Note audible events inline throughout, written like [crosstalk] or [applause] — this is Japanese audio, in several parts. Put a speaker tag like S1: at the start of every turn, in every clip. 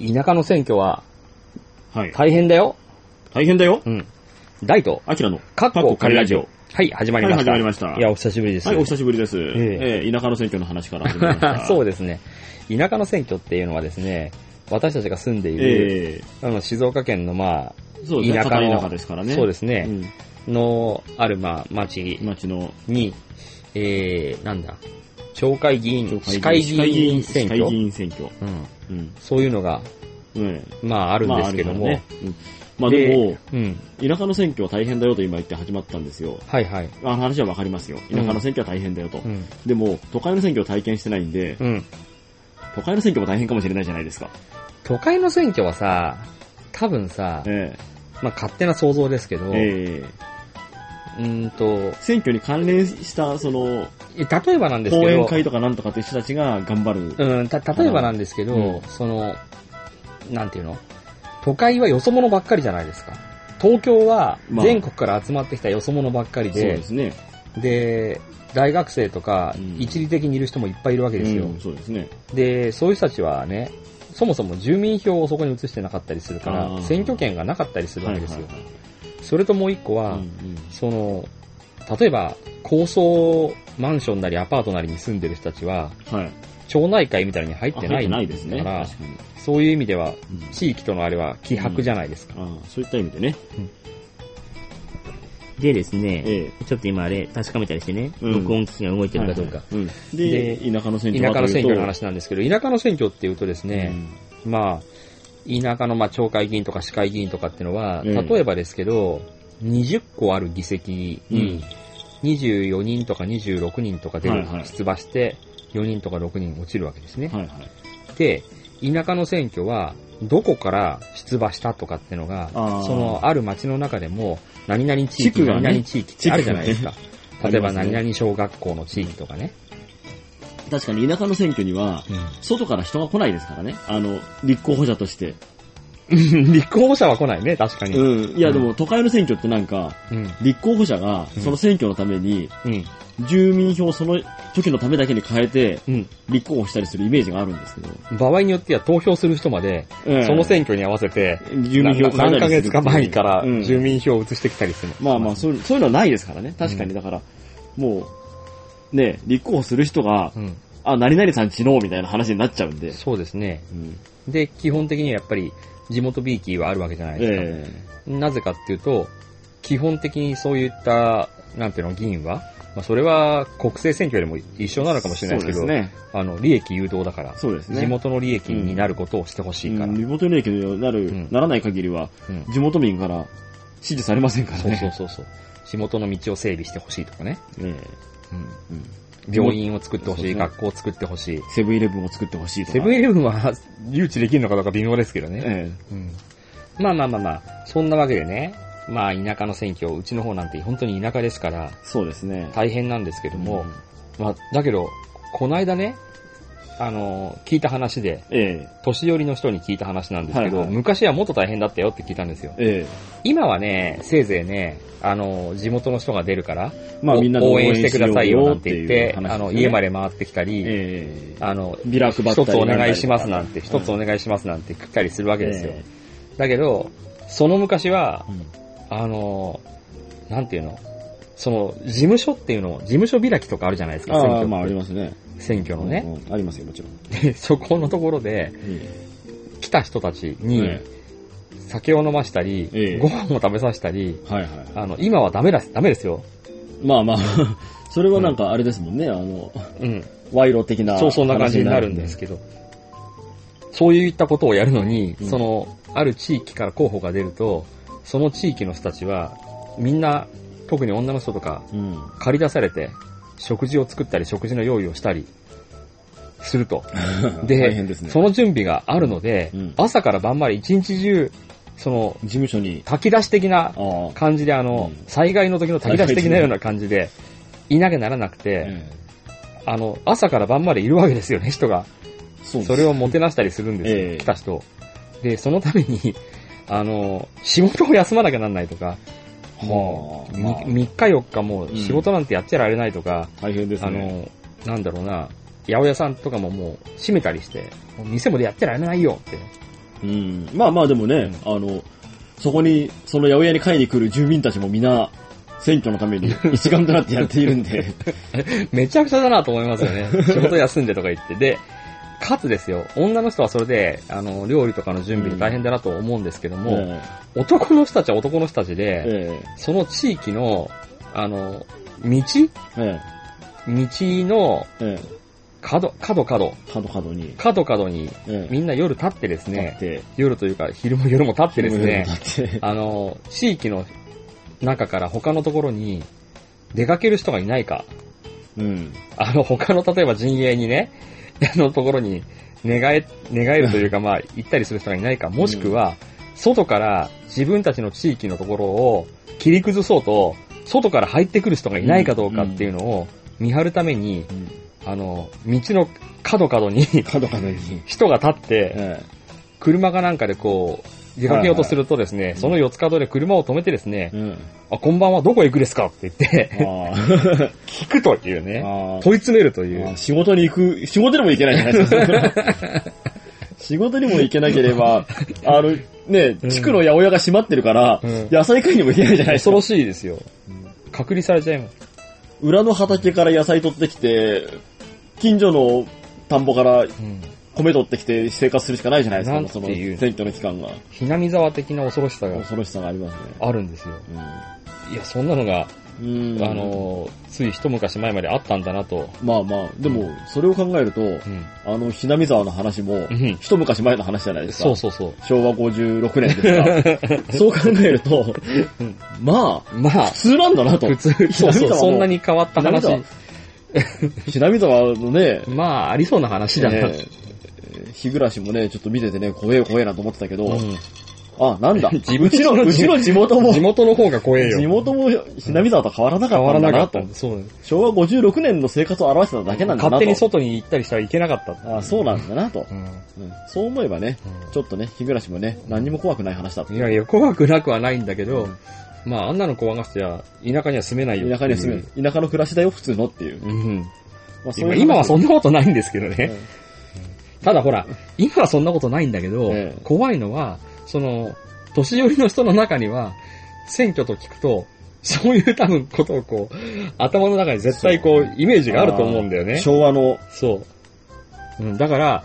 S1: 田舎の選挙は
S2: はい。
S1: 大変だよ。
S2: 大変だよ。
S1: うん。大と、
S2: アキラの、
S1: カッコカリラジオ。。はい、始まりました。
S2: はい始まりました
S1: いや、お久しぶりです。
S2: はい、お久しぶりです。
S1: え
S2: ええ田舎の選挙の話から始まりました。
S1: [laughs] そう
S2: う
S1: ですね。田舎の選挙っていうのはですね、私たちが住んでいる、
S2: ええ
S1: あの静岡県の、ま
S2: そうですね。
S1: 田舎の
S2: 片田舎ですから
S1: あ、
S2: ね。
S1: そうですすね、の、ある、まあ、町
S2: 町の、
S1: に、えー、なんだ、町会議員、市
S2: 会
S1: 会議員選
S2: 市
S1: 挙
S2: 会議、員選挙。
S1: うん、
S2: うん。
S1: そういうのが、
S2: うん。
S1: まあ、あるんですけども、
S2: まあ、あるからねうんまあでも、
S1: うん、
S2: 田舎の選挙は大変だよと今言って始まったんですよ。
S1: はいはい、
S2: あの話はわかりますよ。田舎の選挙は大変だよと。
S1: うん、
S2: でも、都会の選挙を体験してないんで、
S1: うん。
S2: 都会の選挙も大変かもしれないじゃないですか。
S1: 都会の選挙はさ、多分さ、
S2: え
S1: まあ、勝手な想像ですけど、
S2: え
S1: う
S2: ええ
S1: ーんと、
S2: 選挙に関連した、その、
S1: 例えばなんです
S2: 講
S1: けど
S2: 演、会とかなんとかって人たちが頑張る。
S1: うん、た、例えばなんですけど、
S2: うん
S1: その、なんていうの都会はよそ者ばっかりじゃないですか。東京は
S2: まあ
S1: 全国から集まってきたよそ者ばっかり
S2: そう
S1: で
S2: で、すね。
S1: で、大学生とか
S2: うん
S1: 一時的にいる人もいっぱいいるわけですよ。
S2: うんそうですね。
S1: で、そういう人たちはね、そもそも住民票をそこに移してなかったりするか
S2: あ
S1: ら、
S2: ー
S1: 選挙権がなかったりするわ
S2: はい
S1: け
S2: は
S1: で
S2: い
S1: すよ。
S2: は
S1: それともう一個は、
S2: い。うん
S1: その、例えば高層マンションなりアパートなりに住んでる人たちは、
S2: うんはい。
S1: 町内会みたいに入っ
S2: あ
S1: て
S2: 入
S1: な
S2: っ
S1: い
S2: て
S1: んだ
S2: な
S1: か
S2: いです
S1: ら、
S2: ね。確かに。
S1: そういう意味では、
S2: うん
S1: 地域とのあれは希薄じゃないですか。
S2: ああそういった意味でね。
S3: でですね、
S2: ええ。
S3: ちょっと今あれ確かめたりしてね、
S2: うん
S3: 録音機器が動いてるかどうか。
S2: はいはいうん
S1: で
S2: で、田舎の選挙
S1: 田
S2: は
S1: 舎
S2: と
S1: の選
S2: いうと
S1: 挙の話なんですけど、田舎の選挙っていうとですね、まあ、田舎のまあ町会議員とか市会議員とかってのは、
S2: うん
S1: 例えばですけど、20個ある議席
S2: うんうん
S1: に24人とか26人とか出
S2: は
S1: る
S2: いはい
S1: 出馬して、4人とか6人落ちるわけですね。
S2: はいはい。
S1: で、田舎の選挙は、どこから出馬したとかってのが、
S2: あー
S1: そのある町の中でも、何々地
S2: 地
S1: 域、
S2: 区がね
S1: 何々地域ってあるじゃないですか。
S2: 区がね
S1: 例えば
S2: あります
S1: 何
S2: ね
S1: 々小学校の地域とかね。
S2: 確かに田舎の選挙には、外から人が来ないですからね。あの、立候補者として。
S1: 立候補者は来ないね、確かに。
S2: うん。いや、でも都会の選挙ってなんか、
S1: うん。
S2: 立候補者が
S1: うん
S2: その選挙のために、
S1: うん。
S2: 住民票をその時のためだけに変えて、
S1: うん。
S2: 立候補したりするイメージがあるんですけど。
S1: 場合によっては投票する人まで、
S2: ええ
S1: その選挙に合わせて、
S2: 住民票を
S1: な何ヶ月か前から
S2: うん
S1: 住民票を移してきたりする。
S2: まあまあ、そういう、そういうのはないですからね。確か
S1: う
S2: に、だから、もう、ね、立候補する人が
S1: う、ん。
S2: あ、何々さん知のみたいな話になっちゃうんで。
S1: そうですね。
S2: うん。
S1: で、基本的にはやっぱり、地元ビーキーはあるわけじゃないですか。
S2: え
S1: なぜかっていうと、基本的にそういった、なんていうの、議員は、まあ、それは国政選挙でも一緒なのかもしれないですけ
S2: そ
S1: ど、
S2: うですね。
S1: あの、利益誘導だから、
S2: そうですね。
S1: 地元の利益になることをしてほしいから。
S2: うん地元利益になる、
S1: うん
S2: ならない限りは、
S1: うん
S2: 地元民から支持されませんから
S1: そう
S2: ね。
S1: そうそうそう。地元の道を整備してほしいとかね。
S2: ねうん
S1: 病院を作ってほし
S2: そう
S1: い、
S2: ですね
S1: 学校を作ってほしい。
S2: セブンイレブンを作ってほしいとか。
S1: セブンイレブンは [laughs] 誘致できるのかどうか微妙ですけどね。
S2: え
S1: うんまあまあまあまあ、そんなわけでね、まあ田舎の選挙、うちの方なんて本当に田舎ですから
S2: えそうですね。
S1: 大変なんですけども、
S2: うん
S1: まあ、だけど、この間ね、あの、聞いた話で、
S2: え
S1: 年寄りの人に聞いた話なんですけど、
S2: はいはい
S1: 昔はもっと大変だったよって聞いたんですよ
S2: え。ええ
S1: 今はね、せいぜいね、あの、地元の人が出るから、
S2: まあ
S1: お
S2: みんなで
S1: 応援してくださいよ
S2: 応
S1: な
S2: 援
S1: ん
S2: して
S1: 言
S2: よ
S1: っ
S2: うよ
S1: て、
S2: いう話
S1: あの、
S2: ですね
S1: 家まで回ってきたり、
S2: ええ
S1: あの、
S2: ビラ配ったり
S1: 一つお願いします
S2: な
S1: なん
S2: だ
S1: んて、
S2: り
S1: 一
S2: とか
S1: つお願いしますなんて来たりするわけですよ。
S2: え
S1: だけど、その昔は
S2: え、うん
S1: あの、なんていうのその、事務所っていうのを、事務所開きとかあるじゃないですか、選
S2: ああ、
S1: 挙。
S2: まあありますね。
S1: 選挙のね。
S2: うんうんありますよ、もちろん。
S1: で [laughs] そこのところで、来た人たちに、
S2: え
S1: 酒を飲ましたり、
S2: ええ
S1: ご飯を食べさせたり、
S2: えはいはい。
S1: あの、今はダメだ、ダメですよ。
S2: まあまあ、 [laughs] それはなんかあれですもんね、あの、
S1: うん。
S2: 賄賂的な。
S1: そう、そんな感じになるんですけど。そういったことをやるのに、
S2: うん
S1: その、ある地域から候補が出ると、その地域の人たちは、みんな、特に女の人とか、
S2: ど。うん。
S1: 借り出されて、食事を作ったり、食事の用意をしたり、すると。で
S2: 大変ですね。
S1: その準備があるので、
S2: うん
S1: 朝から晩まで一日中、その、
S2: 事務所に、
S1: 炊き出し的な
S2: ああ、
S1: 感じで、あの、
S2: うん
S1: 災害の時の炊き出し的なような感じで、いなきゃならなくて、
S2: え
S1: あの、朝から晩までいるわけですよね、人が。
S2: えそう
S1: それをもてなしたりするんですよ、
S2: ええ
S1: 来た人を。で、そのために、 [laughs] あの、仕事を休まなきゃなんないとか、もう、
S2: はあ
S1: み3日4日もう仕事なんてやっちゃられないとか、
S2: 大変です
S1: あ
S2: ね。
S1: の、なんだろうな、八百屋さんとかももう閉めたりして、もう店もでやってられないよって
S2: うん。まあまあでもね、あの、そこに、その八百屋に買いに来る住民たちも皆、選挙のために一丸となってやっているんで、
S1: めちゃくちゃだなと思いますよ
S2: [laughs]
S1: ね。仕事休んでとか言って。で、かつですよ、女の人はそれで、あの、料理とかの準備に大変だなと思うんですけど [laughs] も、
S2: え
S1: 男の人たちは男の人たちで
S2: え、え
S1: その地域の、あの、道
S2: ええ
S1: 道の
S2: ええ
S1: 角、角角、
S2: え角角に、
S1: 角角に、
S2: ええ
S1: みんな夜立ってですね、
S2: 立って、
S1: 夜というか昼も夜も立ってですね、
S2: 立って、
S1: あの、地域の中から他のところに出かける人がいないか、
S2: うん。
S1: あの、他の例えば陣営にね、 [laughs] あのところに寝返、寝返るという [laughs] か、まあ、行ったりする人がいないか、もしくは、外から自分たちの地域のところを切り崩そうと、外から入ってくる人がいないかどうかっていうのを見張るために、
S2: うん
S1: あの、道の角角に [laughs]
S2: 角角に、
S1: 人が立って、
S2: え
S1: 車がなんかでこう、出かけようとするとですね、その四つ角で車を止めてですね
S2: え、うん。
S1: あ、こんばんはどこへ行くですかって言って、
S2: あー
S1: [laughs] 聞くというね、
S2: あー
S1: 問い詰めるという
S2: あ。仕事に行く、仕事にも行けないじゃないですか。
S1: [laughs]
S2: 仕事にも行けなければ、あの、ね、地区の八百屋が閉まってるから、
S1: うん
S2: 野菜買いにも行けないじゃないで
S1: 恐
S2: すか
S1: ろ。しいですよ。隔離されちゃいます。
S2: 裏の畑から野菜取ってきて、近所の田んぼから米取ってきて生活するしかないじゃないですか、
S1: なんて
S2: その
S1: いう
S2: 選挙の期間が。
S1: ひなみざわ的な恐ろしさが
S2: 恐ろしさがありますね。
S1: あるんですよ。いや、そんなのが、
S2: うんうん
S1: あの、つい一昔前まであったんだなと。
S2: まあまあ、でも、それを考えると、
S1: うん。
S2: あの、ひなみ沢の話も
S1: う、ん。
S2: 一昔前の話じゃないですか。
S1: そうそうそう。
S2: 昭和56年で
S1: [laughs]
S2: すか。そう考えると、まあ、
S1: まあ
S2: 普、通なんだなと。
S1: 普通、 [laughs] そう
S2: ひなみざ
S1: そう、
S2: わも
S1: そんなに変わった話
S2: ひな。みひなみ沢のね、
S1: まあ、ありそうな話だな。
S2: ね日暮らしもね、ちょっと見ててね、怖え怖えなと思ってたけど、
S1: うん
S2: あ、なんだ。
S1: [laughs] 自分
S2: うちの、うちの地元も、
S1: 地元の方が怖え
S2: 地
S1: よ。
S2: 元もひなみ沢と変わらなか
S1: 変
S2: っ
S1: わ
S2: た
S1: らな
S2: んだ
S1: か
S2: な
S1: っ
S2: と
S1: た。。そう。
S2: 昭和56年の生活を表してただけなんだなと。
S1: 勝手に外に行ったりしたらいけなかった。
S2: あそうなんだなと、
S1: うん
S2: うんそう思えばね、
S1: うん
S2: ちょっとね、日暮らしもね、何にも怖くない話だと。
S1: いやいや、怖くなくはないんだけど、まあ、あんなの怖がってゃ、田舎には住めないよっていう。
S2: 田舎には住める。田舎の暮らしだよ、普通のっていう。
S1: うん。
S2: まあ、
S1: 今今はそ
S2: ん
S1: んなことないんですけどね。
S2: うん
S1: ただほら、今はそんなことないんだけど、
S2: ええ
S1: 怖いのは、その、年寄りの人の中には、選挙と聞くと、そういう多分ことをこう、頭の中に絶対こう、イメージがあると思うんだよね。
S2: 昭和の、
S1: そう。うん、だから、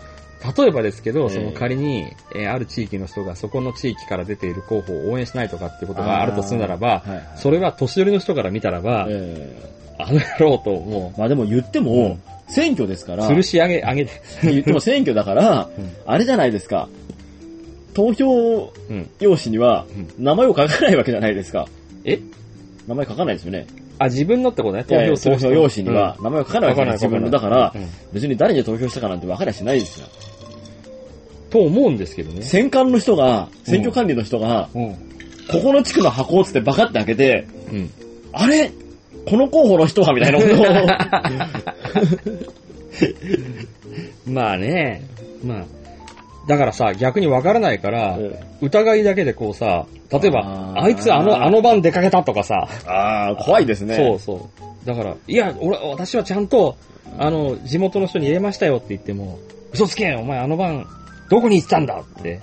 S1: 例えばですけど、
S2: ええ
S1: その仮に、えーある地域の人がそこの地域から出ている候補を応援しないとかっていうことがあるとするならば、
S2: はいはい
S1: それは年寄りの人から見たらば、
S2: え
S1: あの野郎とも
S2: ーまあでも言っても、選挙ですか
S1: う、
S2: ら、
S1: 吊るし上げ、上げて、
S2: 言っても選挙だから、
S1: うん
S2: あれじゃないですか。投票
S1: うん。
S2: 用紙には
S1: うん、
S2: 名前を書かないわけじゃないですか。
S1: え
S2: 名前書かないですよね。
S1: あ、自分のってことね。投
S2: いやいや
S1: 票する
S2: 投票用紙には、名前を書かないわけじゃない自分の。だから、
S1: うん
S2: 別に誰に投票したかなんて分かりゃしないですよ。
S1: と思うんですけどね。
S2: 選管の人が、選挙管理の人が、
S1: うん。
S2: ここの地区の箱をつってバカって開けて、
S1: うん。
S2: あれこの候補の人はみたいなことを。
S1: まあね。まあ。だからさ、逆にわからないから、 [laughs] 疑いだけでこうさ、例えば
S2: あ、ー
S1: あいつあの、あの晩出かけたとかさ、
S2: ああ、怖いですね。
S1: そうそう。だから、いや、俺、私はちゃんと、あの、地元の人に入れましたよって言っても、嘘つけお前あの晩、どこに行ってたんだって。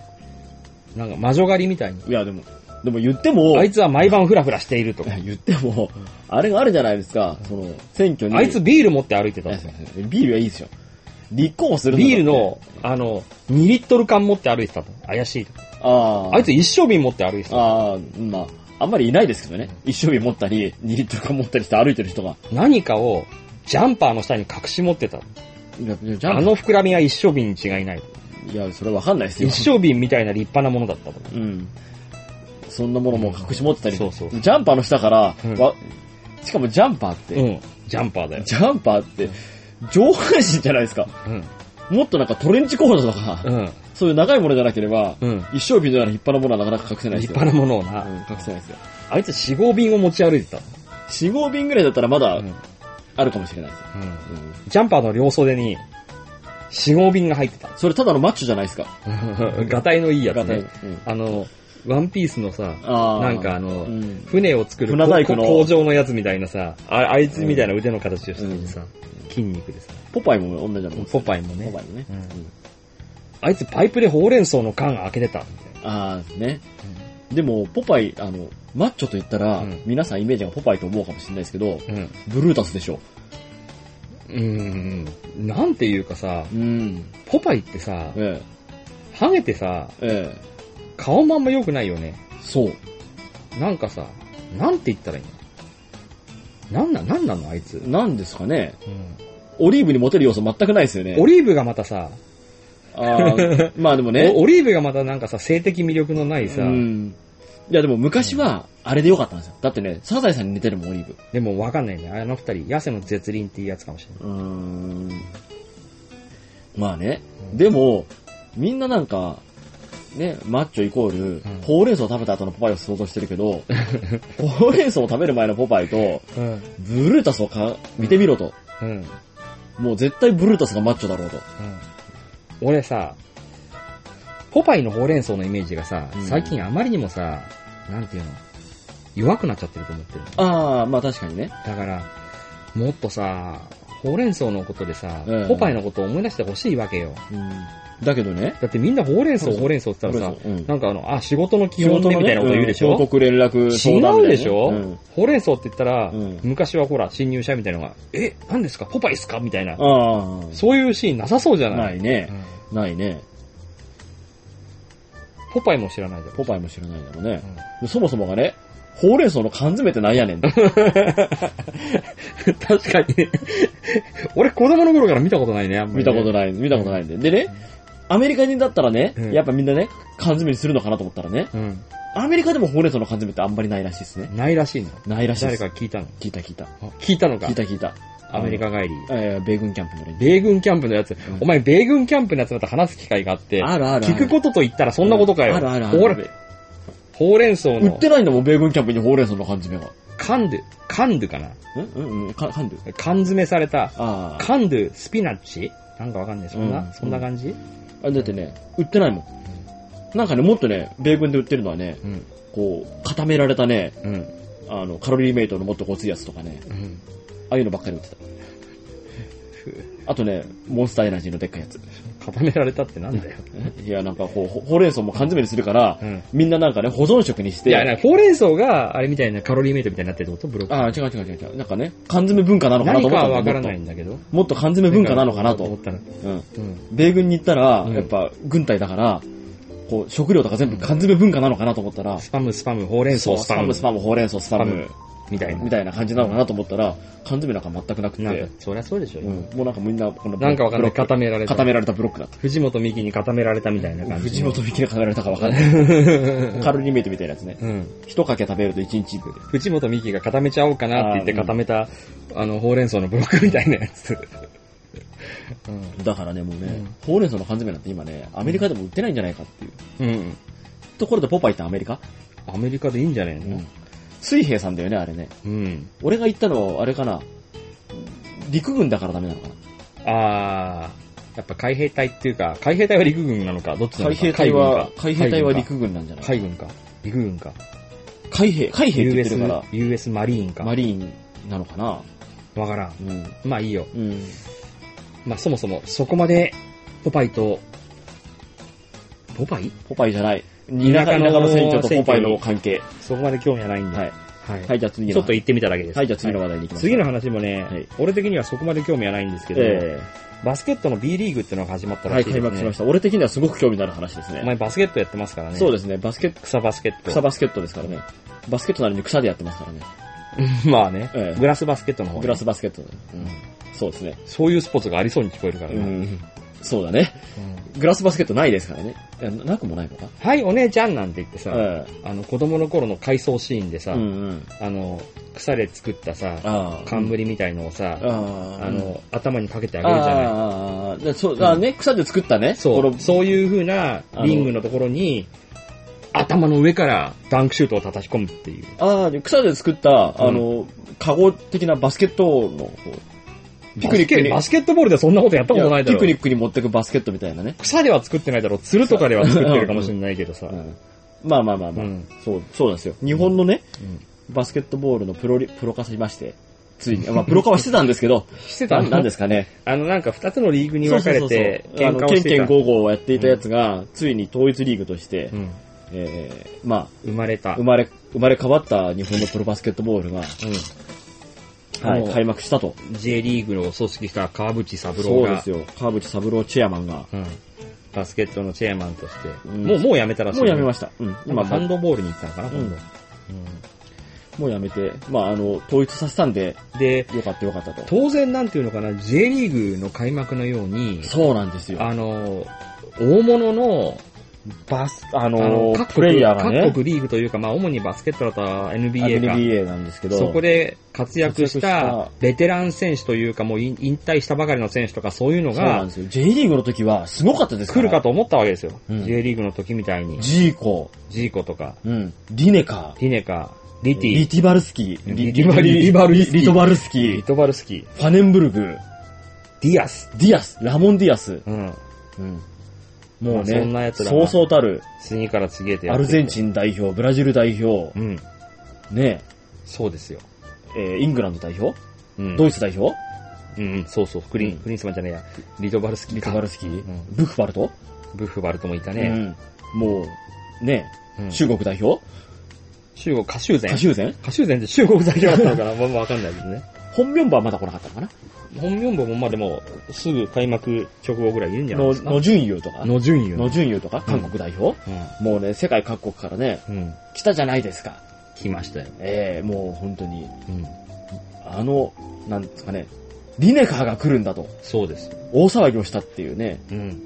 S1: なんか、魔女狩りみたいに。
S2: いや、でも、でも言っても、
S1: あいつは毎晩フラフラしていると
S2: い
S1: か
S2: や。 [laughs] 言っても、あれがあるじゃないですか、その、選挙に。
S1: あいつビール持って歩いてた
S2: い
S1: と
S2: や
S1: か
S2: い。やいやビールはいいですよ。立候補するんだ
S1: ビールの、あの、2リットル缶持って歩いてたと。怪しいと。
S2: ああ、
S1: あいつ一生瓶持って歩いてた。
S2: ああ、まあ、あんまりいないですけどね。一生日持ったり、2リットル缶持ったりして歩いてる人が。
S1: 何かを、ジャンパーの下に隠し持ってた。
S2: いや、いやじゃあ
S1: あの膨らみは一生瓶に違いない。
S2: いや、それわかんないですよ。
S1: 一生瓶みたいな立派なものだったと。
S2: うん。そんなものも隠し持ってたり。
S1: そうそう
S2: ジャンパーの下から、
S1: うん
S2: わしかもジャンパーって、
S1: うん。ジャンパーだよ。
S2: ジャンパーって、上半身じゃないですか。
S1: うん。
S2: もっとなんかトレンチコートとか、
S1: うん。
S2: そういう長いものじゃなければ、
S1: うん。
S2: 一生日のような立派なものはなかなか隠せないです
S1: 立
S2: よ。
S1: 派なものをな。
S2: うん、隠せないですよ。
S1: あいつ四合瓶を持ち歩いてた。
S2: 4、5瓶ぐらいだったらまだ
S1: うん
S2: あるかもしれないですよ。
S1: うん。
S2: うん
S1: ジャンパーの両袖に、四合瓶が入ってた。
S2: それただのマッチョじゃないですか。
S1: [laughs] ガタイのいいやつ
S2: ガタイ
S1: ね。
S2: うん
S1: あの、ワンピースのさ、
S2: あー
S1: なんかあの、
S2: うん
S1: 船を作る
S2: 船大工の
S1: こ工場のやつみたいなさあ、あいつみたいな腕の形をしててさ、筋肉でさ、
S2: ポパイも同じだと思うんです
S1: ポ
S2: よ
S1: パイもね
S2: ポ、パイもね。
S1: うんあいつパイプでほうれん草の缶開けてた。みたい
S2: ああ、ね。でも、ポパイ、あの、マッチョと言ったら、
S1: うん
S2: 皆さんイメージがポパイと思うかもしれないですけど、
S1: な。うん。
S2: ブルータスでしょ。
S1: うん。なんていうかさ、
S2: うん。
S1: ポパイってさ、
S2: え
S1: ハゲてさ、
S2: え、え
S1: 顔もあんま良くないよね。
S2: え、そう。
S1: なんかさ、なんて言ったらいいのなんな、なんなのあいつ。
S2: なんですかね。オリーブにモテる要素全くないですよね
S1: オ。リーブがまたさ、
S2: あーまあでもね。
S1: おオリーブがまたなんかさ、性的魅力のないさ、
S2: うん。いやでも昔は、あれでよかったんですよ。だってね、サザエさんに似てるもん、オリーブ。
S1: でもわかんないね。あの二人、痩せの絶倫っていうやつかもしれな
S2: うーん。まあね。
S1: い。
S2: でも、みんななんか、ね、マッチョイコール、
S1: うん
S2: ほうれん草を食べた後のポパイを想像してる
S1: [laughs]
S2: けど、ほうれん草を食べる前のポパイと、
S1: うん。
S2: ブルータスをか見てみろと。
S1: うん。うん。
S2: もう絶対ブルータスがマッチョだろうと。
S1: 俺さ、ポパイのほうれん草のイメージがさ
S2: う、ん
S1: 最近あまりにもさ、なんていうの、弱くなっちゃってると思ってるの。
S2: ああ、まあ確かにね。
S1: だから、もっとさ、ほうれん草のことでさ、
S2: うん
S1: ポパイのことを思い出してほしいわけよ。
S2: うん。だけどね、
S1: だってみんなほうれん草、
S2: そうそう
S1: ほうれん草って言ったらさ、
S2: ほうれん草うん
S1: なんかあの、あ、仕事の基本ねみたいなこと言うでし
S2: う
S1: ょ、
S2: ん報告連
S1: 違
S2: 絡相談みた
S1: う
S2: いなね
S1: でしょ、
S2: うん
S1: ほうれん草って言ったら、
S2: うん
S1: 昔はほら、新入社員みたいなのが、え、何ですかポパイっすかみたいな、
S2: あ
S1: そういうシーンなさそうじゃ
S2: あ、
S1: ない、
S2: ないね
S1: う。ん
S2: ないね。
S1: ポパイも知らないだろ。
S2: ポパイも知らないだろうね
S1: うん。
S2: でそもそもがね、ほうれん草の缶詰ってなんやねんって。
S1: [laughs] 確かにね。 [laughs] 俺子供の頃から見たことないね、あんま
S2: 見
S1: り
S2: た
S1: ね、
S2: ことない、見たことないんで。でね、アメリカ人だったらね、
S1: うん
S2: やっぱみんなね、缶詰にするのかなと思ったらね、
S1: うん。
S2: アメリカでもほうれん草の缶詰ってあんまりないらしいですね。
S1: ないらしいの。
S2: ないらしい
S1: 誰
S2: です
S1: か。聞いたの
S2: 聞いた聞いた。
S1: あ聞いたのか
S2: 聞いた聞いた。
S1: アメリカ帰り。
S2: えー、米軍キャンプの連中
S1: 米軍キャンプのやつ、お前米軍キャンプのやつだと話す機会があって、
S2: あるあるある。
S1: 聞くことと言ったらそんなことかよ。
S2: あるあるあ
S1: ほうれん
S2: る。
S1: ほうれん草
S2: 売っ
S1: の
S2: てないんだもん、米軍キャンプにほうれん草の缶詰が。
S1: カンドゥ、カンドゥかな。
S2: んうんうん、か、缶で。
S1: 缶詰された、
S2: あ
S1: カンドゥ、スピナッチなんかわかんない。そんな、
S2: うん
S1: そんな感じ
S2: あ。だってね、売ってないもん。なんかね、もっとね、米軍で売ってるのはね、
S1: うん。
S2: こう、固められたね、
S1: うん。
S2: あの、カロリーメイトのもっとごついやつとかね、
S1: うん。
S2: ああいうのばっかり売ってた。あとね、モンスターエナジーのでっかいやつ。
S1: 固められたってなんだよ。
S2: いや、なんかこう、ほほうれん草も缶詰にするから、
S1: うん
S2: みんななんかね、保存食にし
S1: い
S2: て、
S1: や、なんかほうれん草が、あれみたいなカロリーメイトみたいになってるってことブロッコリ
S2: ああ、違う違う違う違う。なんかね、缶詰文化なの
S1: ー。
S2: かなと
S1: 何か
S2: 思った
S1: は
S2: んだ
S1: わから
S2: もっ
S1: ない
S2: と
S1: んだけど。
S2: もっと缶詰文化なのかなと。
S1: 思ったら。
S2: うん。
S1: うん。
S2: 米軍に行ったら、
S1: うん
S2: やっぱ、軍隊だから、こう、食料とか全部缶詰文化なのかなと思ったら、
S1: スパム、スパム、ほうれん
S2: そ
S1: 草、
S2: う
S1: ス
S2: ス
S1: パ
S2: パ
S1: ム
S2: ム、ス。パム、ほうれん草、スパム、
S1: みたい
S2: み
S1: な。
S2: たいな感じなのかなと思ったら、缶詰なんか全くなく
S1: なん
S2: て
S1: か、、そりゃそうでしょ、
S2: うん
S1: 今。
S2: もうなんかみんな、この
S1: なんかわかんない。
S2: ブロック
S1: 固められた。
S2: 固められたブロックだった。
S1: 藤本美貴に固められたみたいな感じ。
S2: 藤本美貴に固められたかわかんない。カロリーメイトみたいなやつね。
S1: うん。
S2: [laughs] 一かけ食べると一日分で。
S1: 藤本美貴が固めちゃおうかなって言って固めた、あの、ほうれん草のブロックみたいなやつ。
S2: だからね、もうね、ほうれん草の缶詰なんて今ね、アメリカでも売ってないんじゃないか [laughs] っていう。
S1: うん。うん。
S2: ところでポパイってアメリカ
S1: アメリカでいいんじゃねえの
S2: 水兵さんだよね、あれね。
S1: うん。
S2: 俺が行ったのは、あれかな。陸軍だからダメなのかな。
S1: あー、やっぱ海兵隊っていうか、海兵隊は陸軍なのか、どっちなの
S2: 海
S1: か
S2: 兵隊は、
S1: 海
S2: 海兵
S1: 軍か
S2: 隊は陸軍なんじゃない
S1: 海軍か。陸軍か。
S2: 海兵、海兵って言って
S1: US
S2: るか、、。
S1: US マリーンから
S2: マリーンなのかな。
S1: わからん。
S2: うん。
S1: まあいいよ。
S2: うん。
S1: まあそもそも、そこまで、ポパイと、ポパイ
S2: ポパイじゃない。田
S1: 田
S2: 舎
S1: 舎の
S2: 田舎の船長とポパイの関係。
S1: そこまで興味はないんで。
S2: はい。
S1: はい。
S2: はい、じゃあ次の。
S1: ちょっと言ってみただけです。
S2: はい、じゃあ次の話題に行きます。
S1: 次の話もね、
S2: はい
S1: 俺的にはそこまで興味はないんですけど、
S2: え
S1: バスケットの B リーグっていうのが始まっ
S2: え
S1: たら
S2: は
S1: し
S2: い、
S1: いです、ね。
S2: 開幕しました。俺的にはすごく興味のある話ですね。
S1: お前バスケットやってますからね。
S2: そうですね、バスケット、
S1: 草バスケット。
S2: 草バスケットですからね。バスケットなのに草でやってますからね。
S1: まあね、
S2: ええ
S1: グラスバスケットの方ね
S2: グラスバスケットで。
S1: うん
S2: そうですね。
S1: そういうスポーツがありそうに聞こえるから
S2: う
S1: ね。
S2: ん。そうだね。グラスバスケットないですからね。いやななくもないのか
S1: はい、お姉ちゃんなんて言ってさ、
S2: え
S1: あの、子供の頃の回想シーンで
S2: え
S1: さ、
S2: うんうん。
S1: あの、草で作ったさ、
S2: ああ。
S1: 冠みたいのをさ、
S2: ああ。
S1: あの、頭にかけてあ
S2: あ
S1: げるじゃない。
S2: あああ。でそう、ああね、草で作ったね。
S1: そ
S2: こ
S1: う、
S2: の
S1: そういう風なリングのところに、頭の上からダンクシュートを叩き込むっていう。
S2: ああ、で草で作った、あの、カゴ的なバスケットの、こうピクニックに
S1: バスケバスケットボールでそんなことやったことないだ
S2: ピ
S1: ろ
S2: クニックに持ってくバスケットみたいなね。
S1: 草では作ってないだろう。鶴とかでは作ってるかもしれないけどさ。
S2: うんまあまあまあまあ
S1: うん。
S2: そう、そうなんですよ。日本のね
S1: うん、
S2: バスケットボールのプロリ、プロ化しまして、ついに。まあ、プロ化はしてたんですけど、
S1: してた
S2: なんなん
S1: の
S2: ですかね。
S1: あの、なんか二つのリーグに分かれて、
S2: あ
S1: 喧
S2: の
S1: 嘩を
S2: ケン
S1: し
S2: ケ
S1: て
S2: ン
S1: た。
S2: ゴーゴーをやっていたやつが、ついに統一リーグとして、
S1: うん
S2: えーま
S1: 生まれ
S2: あ、
S1: た。
S2: 生まれ、生まれ変わった日本のプロバスケットボールが、はい
S1: もう
S2: 開幕したと。
S1: J リーグを組織した川淵三郎
S2: そうで
S1: が
S2: す、よ。川淵三郎チェアマンが、
S1: うんバスケットのチェアマンとして、
S2: うん
S1: もう、もうやめたらしい。
S2: もうやめま
S1: し
S2: した。うん。
S1: 今、
S2: 今、
S1: ハンドボールに行ったのかな、
S2: ん
S1: 今度
S2: もうやめて、まあ、あの、統一させたんで、
S1: で、
S2: よかったよかったと。
S1: 当然なんていうのかな、J リーグの開幕のように、
S2: そうなんですよ。
S1: あの、大物の、バス、
S2: あ
S1: あの
S2: の、
S1: 各
S2: プレ
S1: 国、
S2: イヤーがね
S1: 各、国リーグというか、まあ、主にバスケットだと NBA が、
S2: NBA なんですけど、
S1: そこで活躍し
S2: 活躍
S1: た
S2: した
S1: ベテラン選手というか、もう引引退したばかりの選手とか、そういうの
S2: そうなん
S1: が
S2: ですよ。J リーグの時は、すごかったですか
S1: 来
S2: ら。
S1: るかと思ったわけですよ。
S2: うん
S1: J リーグの時みたいに、
S2: ジーコ、
S1: ジーコとか、
S2: うん、リネカ、
S1: ティネカ、リティ、
S2: リティバルスキー、
S1: リリバリリバルスキー
S2: リトバルスキ
S1: リ
S2: ー、
S1: トバルスキ
S2: ファネンブルグ、
S1: ー、ディアス。
S2: ディアス、ラモン・ディアス。
S1: うん。
S2: うんもう
S1: まあ
S2: ね、
S1: そんな奴らが
S2: そうそうたる、
S1: 次から次へと
S2: アルゼンチ
S1: ン。
S2: ン代表、ブラジル代表、
S1: うん。
S2: ね、
S1: そうですよ。
S2: えーイングランド代表、
S1: うん。
S2: ドイツ代表、
S1: うんうん、そうそう、クリン、
S2: うん
S1: クリンスマンじゃねえや。リトバルスキ
S2: リ
S1: ー
S2: ト
S1: か。
S2: バルスキー、
S1: うん
S2: ブッフバルト、
S1: ブッフバルトもいたね。
S2: うんもう、ね、
S1: うん
S2: 中国代表、
S1: 中国、カシューゼン。
S2: カシューゼン
S1: カシューゼンって中国代表だったのか
S2: [laughs]
S1: なまあまあわかんないですね。
S2: 本名はまだ来なかったのかな
S1: 本名簿もまあでも、すぐ開幕直後ぐらいいるんじゃない
S2: の
S1: ですか。
S2: の順優とか、
S1: の順位
S2: の順優とか、韓国代表、もうね、世界各国からね、
S1: うん。うん。
S2: 来たじゃないですか。
S1: 来ましたよ。
S2: ええもう本当に、
S1: うん。
S2: あの、なんですかね、リネカーが来るんだと、
S1: そうです。
S2: 大騒ぎをしたっていうね、
S1: うん。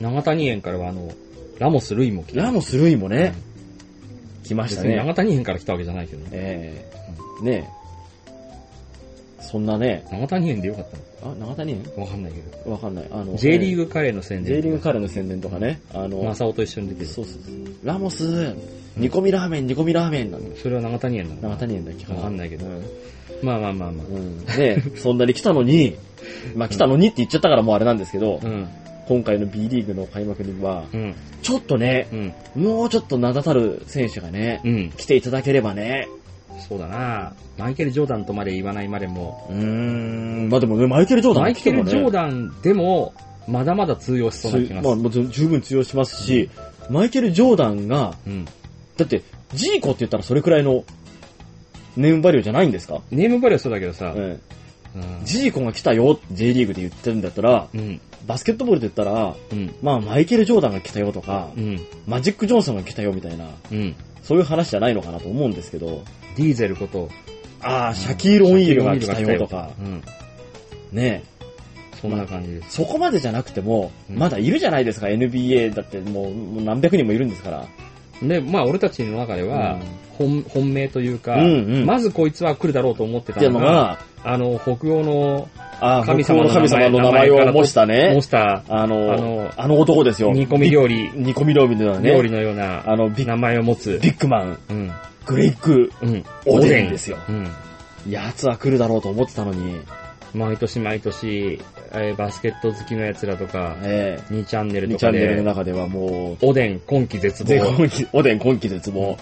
S1: 長谷園からはあの、ラモス・ルイも来た。
S2: ラモス・ルイもね、来ました
S1: 別に
S2: ね。
S1: 長谷園から来たわけじゃないけどね。
S2: ええねえ。そんなね、
S1: 長谷園でよかった
S2: あ、長谷園
S1: のわかんないけど。
S2: わかんない。あの、
S1: J リー
S2: グ、
S1: グカレーの宣
S2: J
S1: 伝。
S2: リーグ彼の宣伝とかね、あの、
S1: マサオと一緒に出てる。
S2: そうそうそう。ラモス、煮込みラーメン、煮込みラーメンなんだ。
S1: それは長谷園なのかな
S2: 長谷園だっけ
S1: わかんないけど
S2: うん
S1: まあまあまあまあ。
S2: うんねえ、そんなに来たのに、まあ来たのにって言っちゃったからもうあれなんですけど
S1: う、ん。
S2: 今回の B リーグの開幕には、
S1: うん。
S2: ちょっとね、
S1: うん。
S2: もうちょっと名だたる選手がね、
S1: うん。
S2: 来ていただければね、
S1: そうだなマイケル・ジョーダンとまで言わないまでも、
S2: うーん、まあでもね、マイケル・ジョーダン
S1: マ
S2: も
S1: イ
S2: 来
S1: ケ
S2: ても
S1: ル・
S2: ね
S1: ジョーダンでも、まだまだ通用しそうな気がす
S2: まあ、
S1: る。
S2: もう十分通用しますし、マイケル・ジョーダンが、
S1: うん。
S2: だって、ジーコって言ったらそれくらいのネームバリューじゃないんですか、
S1: ネームバリューはそうだけどさ、
S2: え
S1: うん
S2: え。ジーコが来たよ、J リーグで言ってるんだったら、
S1: うん。
S2: バスケットボールで言ったら、
S1: うん。
S2: まあ、マイケル・ジョーダンが来たよとか、
S1: うん。
S2: マジック・ジョンソンが来たよみたいな、
S1: うん。
S2: そういう話じゃないのかなと思うんですけど、
S1: ディーゼルこと、
S2: ああ、シャキール・オン・イールが来たよとか、
S1: うん。
S2: ね
S1: そんな感じです。
S2: そこまでじゃなくても、
S1: うん
S2: まだいるじゃないですか、NBA だってもうもう何百人もいるんですから。
S1: で、まあ俺たちの中では、本本命というか、
S2: うんうん
S1: まずこいつは来るだろうと思ってた
S2: っていう
S1: の
S2: の
S1: が、
S2: が、
S1: あの、北欧の
S2: あ
S1: 神様
S2: 神様
S1: の
S2: の神様の名前を模し
S1: モ
S2: たね
S1: ン。スタ
S2: あ
S1: ー、あ
S2: の、
S1: の、
S2: あの男ですよ。
S1: 煮込み料理、
S2: ビッ煮込み料理だ
S1: 料理
S2: ね。
S1: のような
S2: あの、ビッ
S1: 名前を持つ。
S2: ビッグマン、
S1: うん。
S2: グレイク、
S1: うん。
S2: おでんですよ。
S1: うん。
S2: やつは来るだろうと思ってたのに、
S1: 毎年毎年、えーバスケット好きのやつらとか、
S2: え
S1: 2チャンネ
S2: え、
S1: ル
S2: 2
S1: と
S2: チャ
S1: か
S2: ンネルの
S1: で、
S2: 中ではも
S1: おでん今季絶
S2: う、ぜ
S1: 望、
S2: 今季おでん今季絶望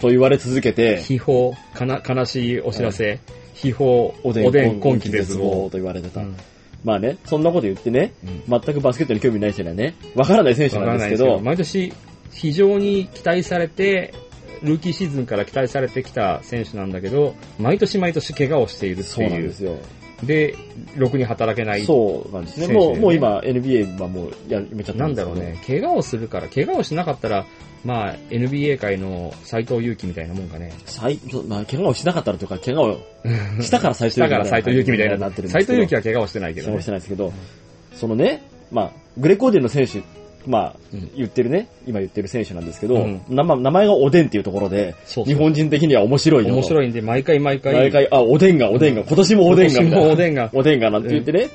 S2: と言われ続けて、
S1: 悲報、かな悲しいお知らせ、悲報、お
S2: お
S1: で
S2: で
S1: ん
S2: ん今
S1: 今季
S2: 季
S1: 絶
S2: 絶望
S1: 望。
S2: と言われてた
S1: う。ん
S2: まあね、そんなこと言ってね、
S1: うん
S2: 全くバスケットに興味ない人にはね、わからない選手
S1: わ
S2: な
S1: か
S2: ん
S1: らな
S2: です
S1: いです
S2: け
S1: けど、
S2: ど、
S1: 毎年非常に期待されて、ルーキーシーズンから期待されてきた選手なんだけど、毎年毎年怪我をしているって
S2: そうなん
S1: い
S2: で
S1: う。
S2: すよ。
S1: でろくに働けない。
S2: そうなんですね。
S1: 選手だよ
S2: も
S1: ね
S2: う、もう今 NBA はもうやめちゃった
S1: なん
S2: で
S1: だ
S2: す
S1: ろ
S2: けど
S1: うね、怪我をするから、怪我をしなかったら、まあ、NBA 界の斎藤佑樹みたいなもんかね。
S2: 最、まあ、怪我をしなかったらというか、怪我をしたから斎藤
S1: だから斎藤佑樹みたい
S2: な
S1: な
S2: ってる。んです
S1: 斎
S2: け
S1: 藤佑樹
S2: は
S1: は怪我をしてないけ
S2: 怪
S1: ど
S2: 我を
S1: ね
S2: して。ないですけど、そのね、まあ、グレコーデンの選手、まあ
S1: うん、
S2: 言ってるね、今言ってる選手なんですけ
S1: う
S2: ど、
S1: ん
S2: 名前名前がおでんっていうところで、
S1: そうそう
S2: 日本人的には面白いよ。
S1: 面白いんで、毎回毎回、
S2: 毎回、あ、おでんが、おでんが、今年もおでんが、み
S1: 今
S2: た
S1: 年もお
S2: いな。
S1: でんが、
S2: おでんがなんて言ってね、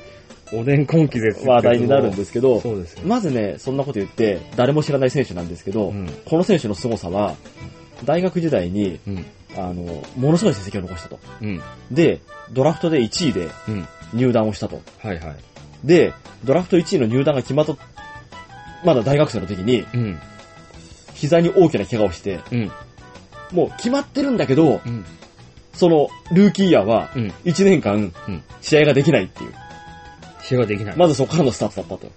S1: おでん今季です。
S2: 話題になるんですすけど、
S1: そうですよ。
S2: まずね、そんなこと言って、誰も知らない選手なんですけど、
S1: うん
S2: この選手の凄さは、大学時代に、
S1: うん。
S2: あの、ものすごい成績を残したと。
S1: うん。
S2: で、ドラフトで1位で
S1: うん。
S2: 入団をしたと。
S1: はいはい。
S2: で、ドラフト1位の入団が決まった、まだ大学生の時に、
S1: うん。
S2: 膝に大きな怪我をして、
S1: うん。
S2: もう決まってるんだけど、
S1: うん。
S2: その、ルーキーイヤーは
S3: う、ん。
S2: 1年間
S3: うん、
S2: 試合ができないっていう。
S3: 使用できない。
S1: [laughs]
S2: まずそこからのスタートだったと。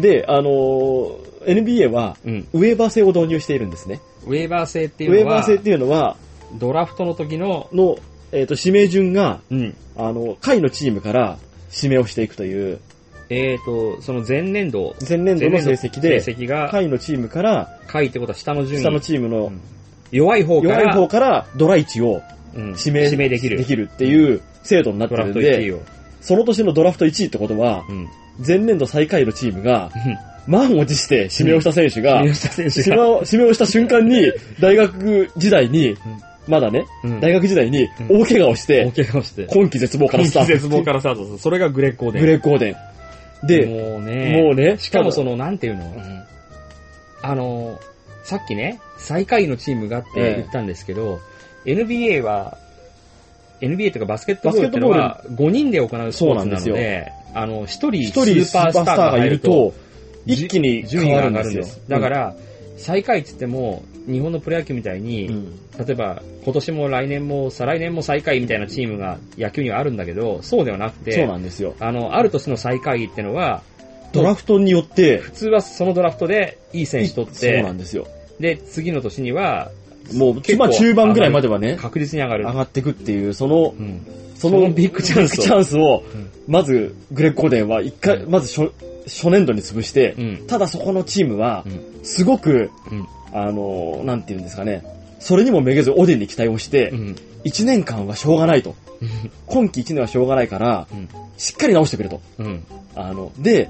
S2: で、あのー NBA は、
S3: うん。
S2: ウェーバー制を導入しているんですね。
S1: ウェーバー制ってい
S2: ウェ
S1: う
S2: ー
S1: の
S2: バー
S1: は
S2: 制っ、ていうのは、
S1: ドラフトの時の、
S2: の、えっ、と、指名順が、
S1: うん。
S2: あの、下位のチームから指名をしていくという、
S1: えーと、その前年度、
S2: 前年度
S1: 前
S2: の
S1: 年
S2: 成
S1: 度
S2: 績で、
S1: 成績が、
S2: 下位のチームから、
S1: 下位ってことは下の順位。
S2: 下のチームの
S1: うん弱い方か
S2: 弱
S1: ら、
S2: い方からドラ1を
S1: うん
S2: 指名
S1: 指名できる
S2: で。きるっていう制度になって
S1: ドラ
S2: る
S1: フ
S2: ん
S1: ト1位
S2: で、
S1: を。
S2: その年のドラフト1位ってことは、
S1: うん。
S2: 前年度最下位のチームが、満を持して指名をした選手が、
S1: 宮下選手
S2: 指名
S1: が、 [laughs]
S2: を指名をした瞬間に、大学時代に、まだね、
S1: うん
S2: 大学時代に
S1: うん
S2: 大怪我をして、
S1: 大怪我をして、
S2: 今季絶望から
S1: 今
S2: スター
S1: 季
S2: ト。
S1: 絶望からスタートする。それがグレッコーデン。
S2: グレーコーデン。で、
S1: もうね、
S2: もうね、
S1: しかもそ
S2: の、
S1: の、なんていうの、あの、さっきね、最下位のチームがって言ったんですけど、NBA は、NBA というかバスケットボールっていうの
S2: バ
S1: は5人で行うスポーツなの
S2: そうなん
S1: で、あの、1人
S2: 一人ス
S1: スーパー
S2: ーパー
S1: スタ
S2: スタ
S1: ー
S2: ー
S1: が
S2: が
S1: 入
S2: い
S1: る
S2: る
S1: と、
S2: と、一気に
S1: 順位
S2: 変わ
S1: が上
S2: るん
S1: が
S2: で
S1: るん
S2: す
S1: で
S2: よ
S1: す。。だから、最下位って言っても、日本のプロ野球みたいに、
S2: うん、うん
S1: 例えば今年も来年も再来年も最下位みたいなチームが野球にはあるんだけど、そうではなく
S2: そう
S1: て、
S2: なんですよ。
S1: あの、ある年の最下位ってのは、
S2: ドラフトによって、
S1: 普通はそのドラフトでいい選手取っ
S2: そうな
S1: て、
S2: んですよ。
S1: で、次の年には
S2: もう、
S1: 結構
S2: まあ中盤ぐらいまではね、
S1: 確実に上がる
S2: 上。がっていくっていう、その、
S1: うん。そ
S2: その
S1: のビッグチャンスを
S2: ビッグチャンスを
S1: うん、
S2: まず、グレッコーデンは一回、
S1: う
S2: まず初、初年度に潰して
S1: う、ん。
S2: ただそこのチームは
S1: う、
S2: すごく、
S1: うん
S2: あのー、なんて言うんですかね、それにもめげずオデンに期待をして
S1: う、ん。
S2: 1年間はしょうがないと。今季1年はしょうがないから
S1: うん、
S2: しっかり直してくれと。
S1: うん。
S2: あの、で、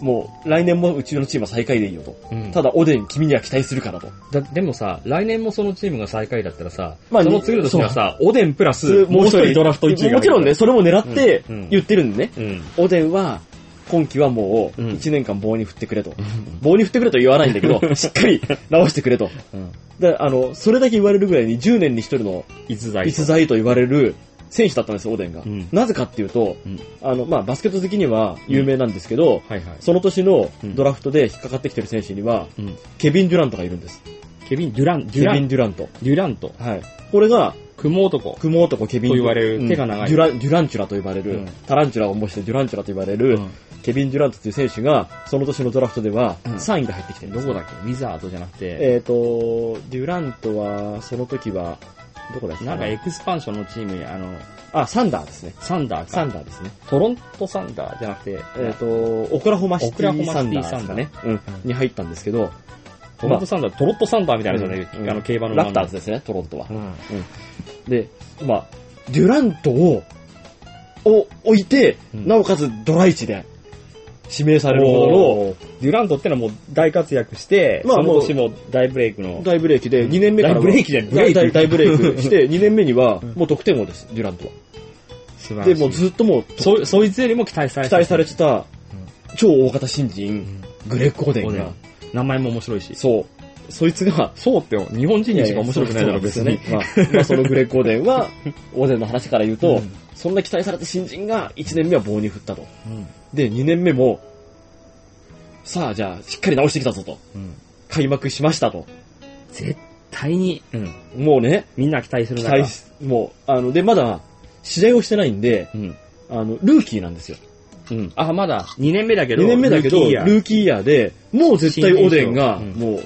S2: もう、来年もうちのチームは最下位でいいよと。
S1: うん。
S2: ただ、オデン、君には期待するからと。
S1: だ、でもさ、来年もそのチームが最下位だったらさ、
S2: まあ
S1: その次の年にはさ、オデンプラス、
S2: も
S1: も
S2: う
S1: う一
S2: 一人
S1: 人ドラフト1位がいる
S2: もちろんね、。それも狙って
S1: うんうん
S2: 言ってるんでね。
S1: うん。
S2: オデンは、今季はもう、
S1: うん
S2: 1年間棒に振ってくれと。棒に振ってくれとは言わないんだ
S1: [laughs]
S2: けど、しっかり直してくれと。
S1: うん。
S2: だあの、それだけ言われるぐらいに10年に1人の
S1: 逸材。
S2: 逸材と言われる選手だったんですよ、オデンが。
S1: うん
S2: なぜかっていうと、
S1: うん
S2: あの、まあ、バスケット好きには有名なんですけど、
S1: はいはい。
S2: その年の
S1: うん
S2: ドラフトで引っかかってきてる選手には、
S1: うん。
S2: ケビン・デュラントがいるんです。
S1: ケビン・デュラン、デ
S2: ケ
S1: ュラ
S2: ビン・
S1: ン、
S2: デュラント。
S1: デュランと、
S2: はい。これが、
S1: 雲男。
S2: 雲男ケビン・
S1: と言われる
S2: うん
S1: 手が長い
S2: デュラン。デュランチュラと呼ばれる、
S1: うん
S2: タランチュラを模してデュランチュラと呼ばれる、ケビン・デュラントという選手が、その年のドラフトでは
S1: うん
S2: 3位で入ってきてるんで
S1: ど
S2: す
S1: こだっけウィザードじゃなくて、
S2: えっ、と、デュラントは、その時は、どこだっけ
S1: なんかエクスパンションのチームに、あの、
S2: あ、サンダーですね。
S1: サンダー
S2: サ
S1: か。
S2: ンダーですね。
S1: トロントサンダーじゃなくて、
S2: えっ、と、オクラホマシテ
S1: オクラホ
S2: ィ
S1: マ
S2: サ
S1: シ
S2: ン
S1: テ
S2: ダ
S1: ィ
S2: ーですかね。
S1: サンダー
S2: うん
S1: うん
S2: に入ったんですけど、
S1: トロントサンダー、トロットサンダーみたいな人ね、
S2: うん
S1: あの、競馬の馬の
S2: ラプターズですね、トロントは
S1: う。ん。
S2: で、まあ、デュラントを、を置いて、
S1: うん
S2: なおかつドライチで指名されるほど
S1: おーデュラントってのはもう大活躍して、
S2: まあ
S1: その年も大ブレイクの
S2: の、大ブレーキで、2年目からは
S1: 大ブレーキじゃないブレ
S2: 大
S1: イク
S2: 大大ブレイクして、2年目にはもう得点王です、デュラント
S1: 素
S2: は。
S1: 晴
S2: で、
S1: らしい
S2: もうずっともう期
S1: そ、そいつよりも期待され
S2: 待されてた、超大型新人、
S1: ん
S2: グレッグ・オデ
S1: オ
S2: ン
S1: デ
S2: が
S1: ン、名前も面白いし。
S2: そう、そいつが、
S1: そうって、日本人にしか面白くないだろ、別に。
S2: まあ、まあそのグレッグ・オデ
S1: [laughs]
S2: ンは、オデンの話から言うと、
S1: うん
S2: そんな期待された新人が1年目は棒に振ったと。
S1: うん
S2: で、2年目も、さあ、じゃあ、しっかり直してきたぞと。
S1: うん
S2: 開幕しましたと。
S1: 絶対に、うん
S2: もうね、
S1: みんな期待する
S2: 期
S1: 中
S2: 待し、もう、あの、で、まだ、試合をしてないんで、
S1: うん。
S2: あの、ルーキーなんですよ。
S1: うん。あ、まだ2年目だけど、
S2: 2年目だけど、
S1: ルー
S2: ル
S1: キーイヤー
S2: ーキーイヤーで、もう絶対オデンが、
S1: 新人
S2: もう、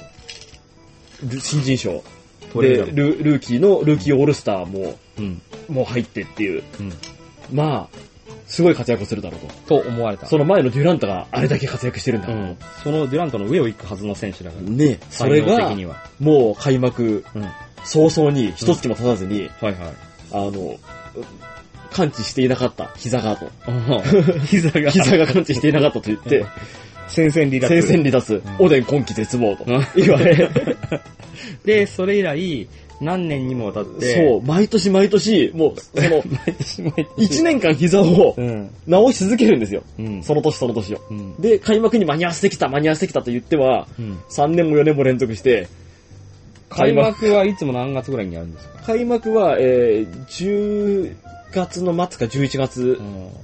S2: ル新人賞。
S1: 取れ
S2: で
S1: るだろう
S2: ル、ルーキーの、ルーキーオールスターも、
S1: うん。
S2: もう入ってっていう。
S1: うん
S2: まあ、すごい活躍をするだろうと。
S1: と思われた。
S2: その前のデュランタがあれだけ活躍してるんだ
S1: う。ん。そのデュラントの上を行くはずの選手だから。
S2: ねそれ
S1: 才能
S2: が
S1: 的、には。
S2: もう開幕
S1: うん。
S2: 早々に、一月も経たずに、
S1: はいはい。
S2: あの、感知していなかった、膝がと。
S1: [laughs] 膝が、
S2: 膝が感知していなかったと言って、
S1: 戦線離脱。
S2: 戦線離脱、
S1: うん
S2: おでん今季絶望と
S1: うん
S2: 言われ、
S1: で、それ以来、何年にもわたって、
S2: そう、毎年毎年、もう、 [laughs] その、1年間膝を
S1: うん。
S2: 直し続けるんですよ。
S1: うん。
S2: その年その年を。
S1: うん。
S2: で、開幕に間に合わせてきた、間に合わせてきたと言っては、
S1: うん。
S2: 3年も4年も連続して、
S1: 開幕はいつも何月ぐらいにやるんですか
S2: 開幕は、えー、10月の末か11月、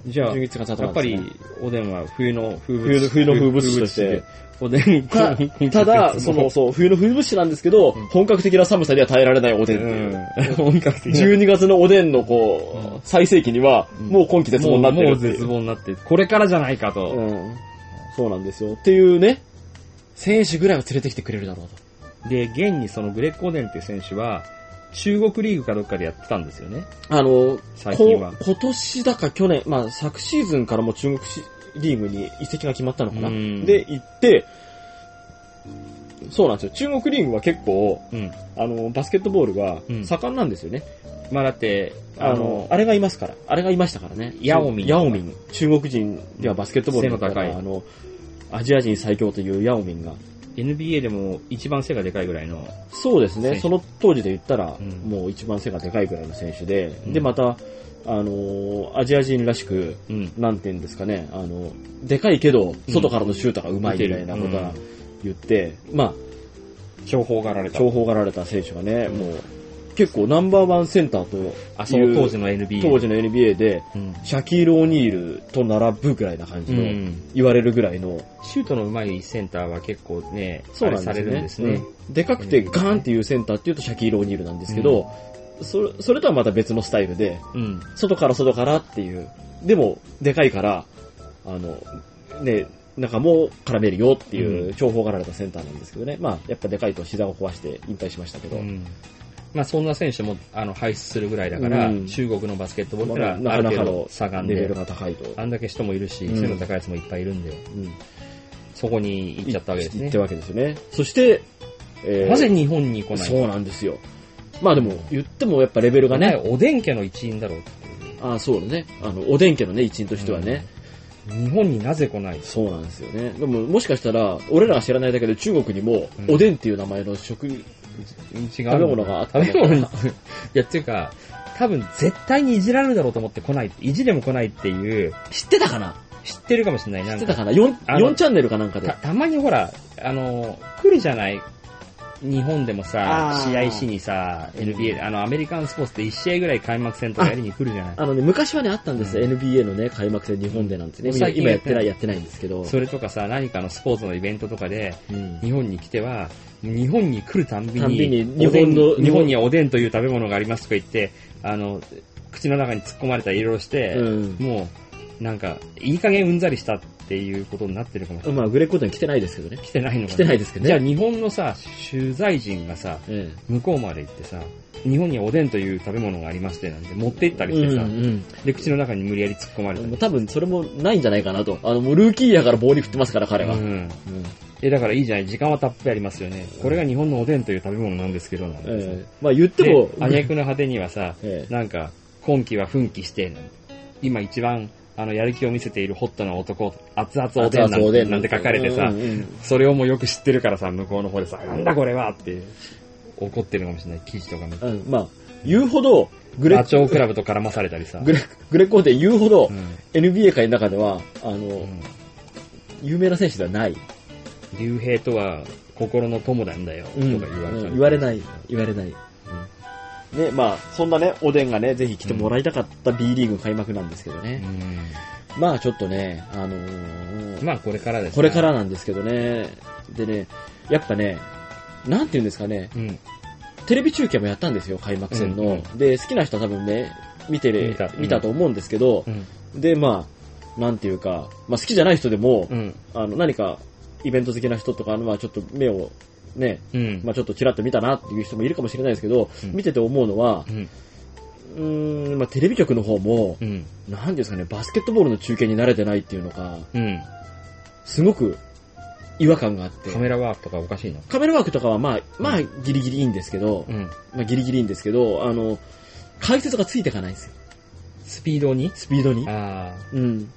S1: じゃあ、
S2: 11月頭
S1: やっぱり、おでんは冬の風物
S2: 冬の冬の風物詩として
S1: おでん、
S2: た [laughs] ただ、その、そう、冬の冬物資なんですけど、本格的な寒さには耐えられないおでんっていう。
S1: [laughs]
S2: [laughs]
S1: うん、本格的な。
S2: 12月のおでんのこう、最盛期には、
S1: うん
S2: もう今季絶望になって
S1: もうも
S2: るっ
S1: う
S2: ていう
S1: 絶望になってる、これからじゃないかと。
S2: うん。そうなんですよ。っていうね、選手ぐらいは連れてきてくれるだろうと。
S1: で、現にそのグレッコーデンっていう選手は、中国リーグかどっかでやってたんですよね。
S2: あの、
S1: 最近は
S2: こ今年だか去年、まあ昨シーズンからも中国シリーグに移籍が決まったのかな。
S1: うん
S2: で、行って、そうなんですよ。中国リーグは結構、
S1: うん。
S2: あの、バスケットボールが
S1: うん
S2: 盛んなんですよね。
S1: まあだって、
S2: あ
S1: あ
S2: の
S1: の、、
S2: あれがいますから。あれがいましたからね。
S1: ヤオミン
S2: ヤオミン。中国人ではバスケットボールだから
S1: 背の高い
S2: あの、アジア人最強というヤオミンが
S1: NBA でも一番背がでかいぐらいの、
S2: そうです
S1: 選
S2: ね、
S1: 手
S2: その当時で言ったら、
S1: うん
S2: もう一番背がでかいぐらいの選手で、
S1: うん
S2: で、また、あのーアジア人らしく、
S1: うん。
S2: なんていうんですかね、あの、でかいけど、外からのシュートがうまいみたいなこと
S1: うん
S2: は言って、ま
S1: 重宝がられ
S2: あ、
S1: た。
S2: 重宝がられた選手がね、
S1: うん
S2: もう、結構ナンバーワンセンターと、
S1: あ、その当時の NBA。
S2: 当時の NBA で、
S1: うん。
S2: シャキール・オニールと並ぶぐらいな感じの、
S1: うん
S2: 言われるぐらいの、
S1: シュートの上手いセンターは結構ね、
S2: そうな
S1: あ
S2: ん
S1: れされるんで
S2: ですす
S1: ね。
S2: ね。うんでかくてガーンっていうセンターっていうとシャキール・オニールなんですけど、それそれとはまた別のスタイルで、
S1: うん。
S2: 外から外からっていう、でも、でかいから、あの、ね、中も絡めるよっていう、重宝がられたセンターなんですけどね。まあ、やっぱでかいと膝を壊して引退しましたけど。
S1: うんまあそんな選手もあの輩出するぐらいだから、
S2: うん
S1: 中国のバスケットボールって
S2: まあ
S1: のはある程度下がん
S2: レベ
S1: で
S2: ル、が高いと。
S1: あんだけ人もいるし、
S2: うん
S1: 背の高いやつもいっぱいいるんで、
S2: うん。
S1: そこに行っちゃったわけです
S2: い
S1: ね
S2: った。わけですよね。そして、えー
S1: なぜ日本に来ない
S2: そうなんですよ。まあでも、言ってもやっぱレベルがね、
S1: お前おでん家の一員だろうっていう
S2: ああ、そうだね。あの、おでん家のね、一員としてはね。
S1: 日本になぜ来ない
S2: そうなんですよね。でも、もしかしたら、俺らは知らないだけで中国にも、
S1: うん
S2: おでんっていう名前の食、
S1: 違う。食
S2: べ物があったのか
S1: 食べ物にいや、っていうか、多分絶対にいじられるだろうと思って来ない。いじでも来ないっていう、
S2: 知ってたかな
S1: 知ってるかもしれない。な
S2: 知っ
S1: ん
S2: てた
S1: か、
S2: かな 4,
S1: あの
S2: 4チャンネルかなんかで
S1: た。たまにほら、あの、来るじゃない日本でもさ
S2: あ、ー
S1: 試合しにさ、NBA で、あの、アメリカンスポーツで1試合ぐらい開幕戦とかやりに来るじゃない
S2: あのね、昔はね、あったんですよ。
S1: う
S2: NBA のね、開幕戦日本でなんてね。
S1: うん
S2: 今
S1: 最近
S2: 今やってない、やってないんですけど。
S1: それとかさ、何かのスポーツのイベントとかで、
S2: うん
S1: 日本に来ては、日本に来るたんびに、
S2: たんびに
S1: おでん
S2: 日本の
S1: 日本にはおでんという食べ物がありますとか言って、あの、口の中に突っ込まれたりいろいろして、
S2: うん。
S1: もう、なんか、いい加減うんざりしたっていうことになってるかもしれない。
S2: まあ、グレコートに来てないですけどね。
S1: 来てないのか
S2: 来てないですけど
S1: じゃあ
S2: ね。
S1: 日本のさ、取材陣がさ、
S2: え
S1: 向こうまで行ってさ、日本にはおでんという食べ物がありましてなんて持って行った
S2: え
S1: り
S2: う
S1: して
S2: ん
S1: さ、
S2: うん
S1: で、口の中に無理やり突っ込まれたり
S2: もう。多分それもないんじゃないかなと。あの、もうルーキーやから棒に振ってますから、彼は。
S1: うん
S2: うん
S1: え、だからいいじゃない、時間はたっぷりありますよね。これが日本のおでんという食べ物なんですけど、なんてさ
S2: ええまあ言って
S1: で
S2: も
S1: も、、あげくの果てにはさ、
S2: ええ
S1: なんか、今季は奮起して、今一番、あの、やる気を見せているホットな男、熱々おでんなんてなんて書かれてさ
S2: うん、うんうん
S1: それをもうよく知ってるからさ、向こうの方でさ、なんだこれはって、怒ってるかもしれない、記事とか見て。
S2: うん、まあ、言うほど、グレ
S1: ダ、チョウ倶楽部と絡まされたりさ。
S2: グレ、グレコーテ言うほど
S1: う、ん
S2: NBA 界の中では、あ
S1: う
S2: の、
S1: ん
S2: 有名な選手ではない。
S1: 竜兵とは心の友なんだよ、とか言われたり、
S2: うん言われない、言われない。ね、まあ、そんなね、おでんがね、ぜひ来てもらいたかった B リーグ開幕なんですけど
S1: う
S2: ね。
S1: ん。
S2: まあ、ちょっとね、あのー
S1: まあ、これからですね
S2: これか。らなんですけどね。でね、やっぱね、なんて言うんですかね、
S1: うん。
S2: テレビ中継もやったんですよ、開幕戦の。
S1: うん
S2: で、好きな人は多分ね、見てる
S1: 見た
S2: 見たと思うんですけど
S1: う、ん。
S2: で、まあ、なんていうか、まあ好きじゃない人でも、
S1: うん。
S2: あの、何かイベント好きな人とか、まあちょっと目をね、
S1: うん。
S2: まあちょっとチラッと見たなっていう人もいるかもしれないですけど、
S1: うん
S2: 見てて思うのは、
S1: うん。
S2: うーん、まあテレビ局の方も
S1: う、ん。
S2: なんていうんですかね、バスケットボールの中継に慣れてないっていうのが、
S1: うん。
S2: すごく違和感があって
S1: カ。メラワークとかおかしいな。
S2: カメラワークとかはまあ、まあギリギリいいんですけど、
S1: うん。
S2: まあギリギリいいんですけど、あの、解説がついていかないんですよ。
S1: スピードに
S2: スピードに。
S1: あ
S2: うん。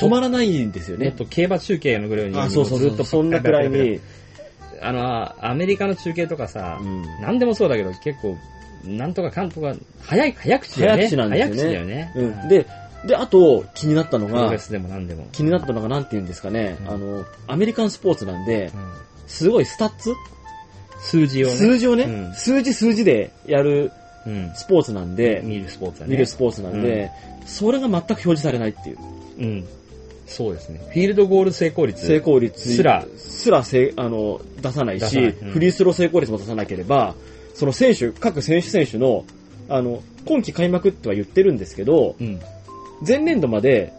S2: 止まらないんですよ
S1: あ、ね、も
S2: ね
S1: っ。と競馬中継のぐらいに、
S2: あ、そうそう、
S1: ずっ
S2: ずっ
S1: と
S2: とそんなくらいに。
S1: あの、アメリカの中継とかさ、
S2: うん
S1: なんでもそうだけど、結構、なんとかかんとか、早い、早口だよね。
S2: 早口なんですよね
S1: 早口だよね。
S2: うん。、で、で、あと、気になったの
S1: プロ
S2: が
S1: レ、スでもなんでも。
S2: 気になったのがなんて言うんですかね
S1: う、ん
S2: あの、アメリカンスポーツなんで
S1: う、ん
S2: すごいスタッツ
S1: 数字をね、
S2: 数字をね、
S1: うん
S2: 数字数字でやる
S1: うん、
S2: スポーツなんで、
S1: 見るスポーツだね。
S2: 見るスポーツなんで、それが全く表示されないっていう。
S1: うん。そうですね。フィールドゴール成功率。
S2: 成功率
S1: すら、
S2: すらせあの出さない
S1: 出
S2: し
S1: さないうん
S2: フリースロー成功率も出さなければ、その選手、各選手選手の、あの、今季開幕っては言ってるんですけど、
S1: うん。
S2: 前年度まで、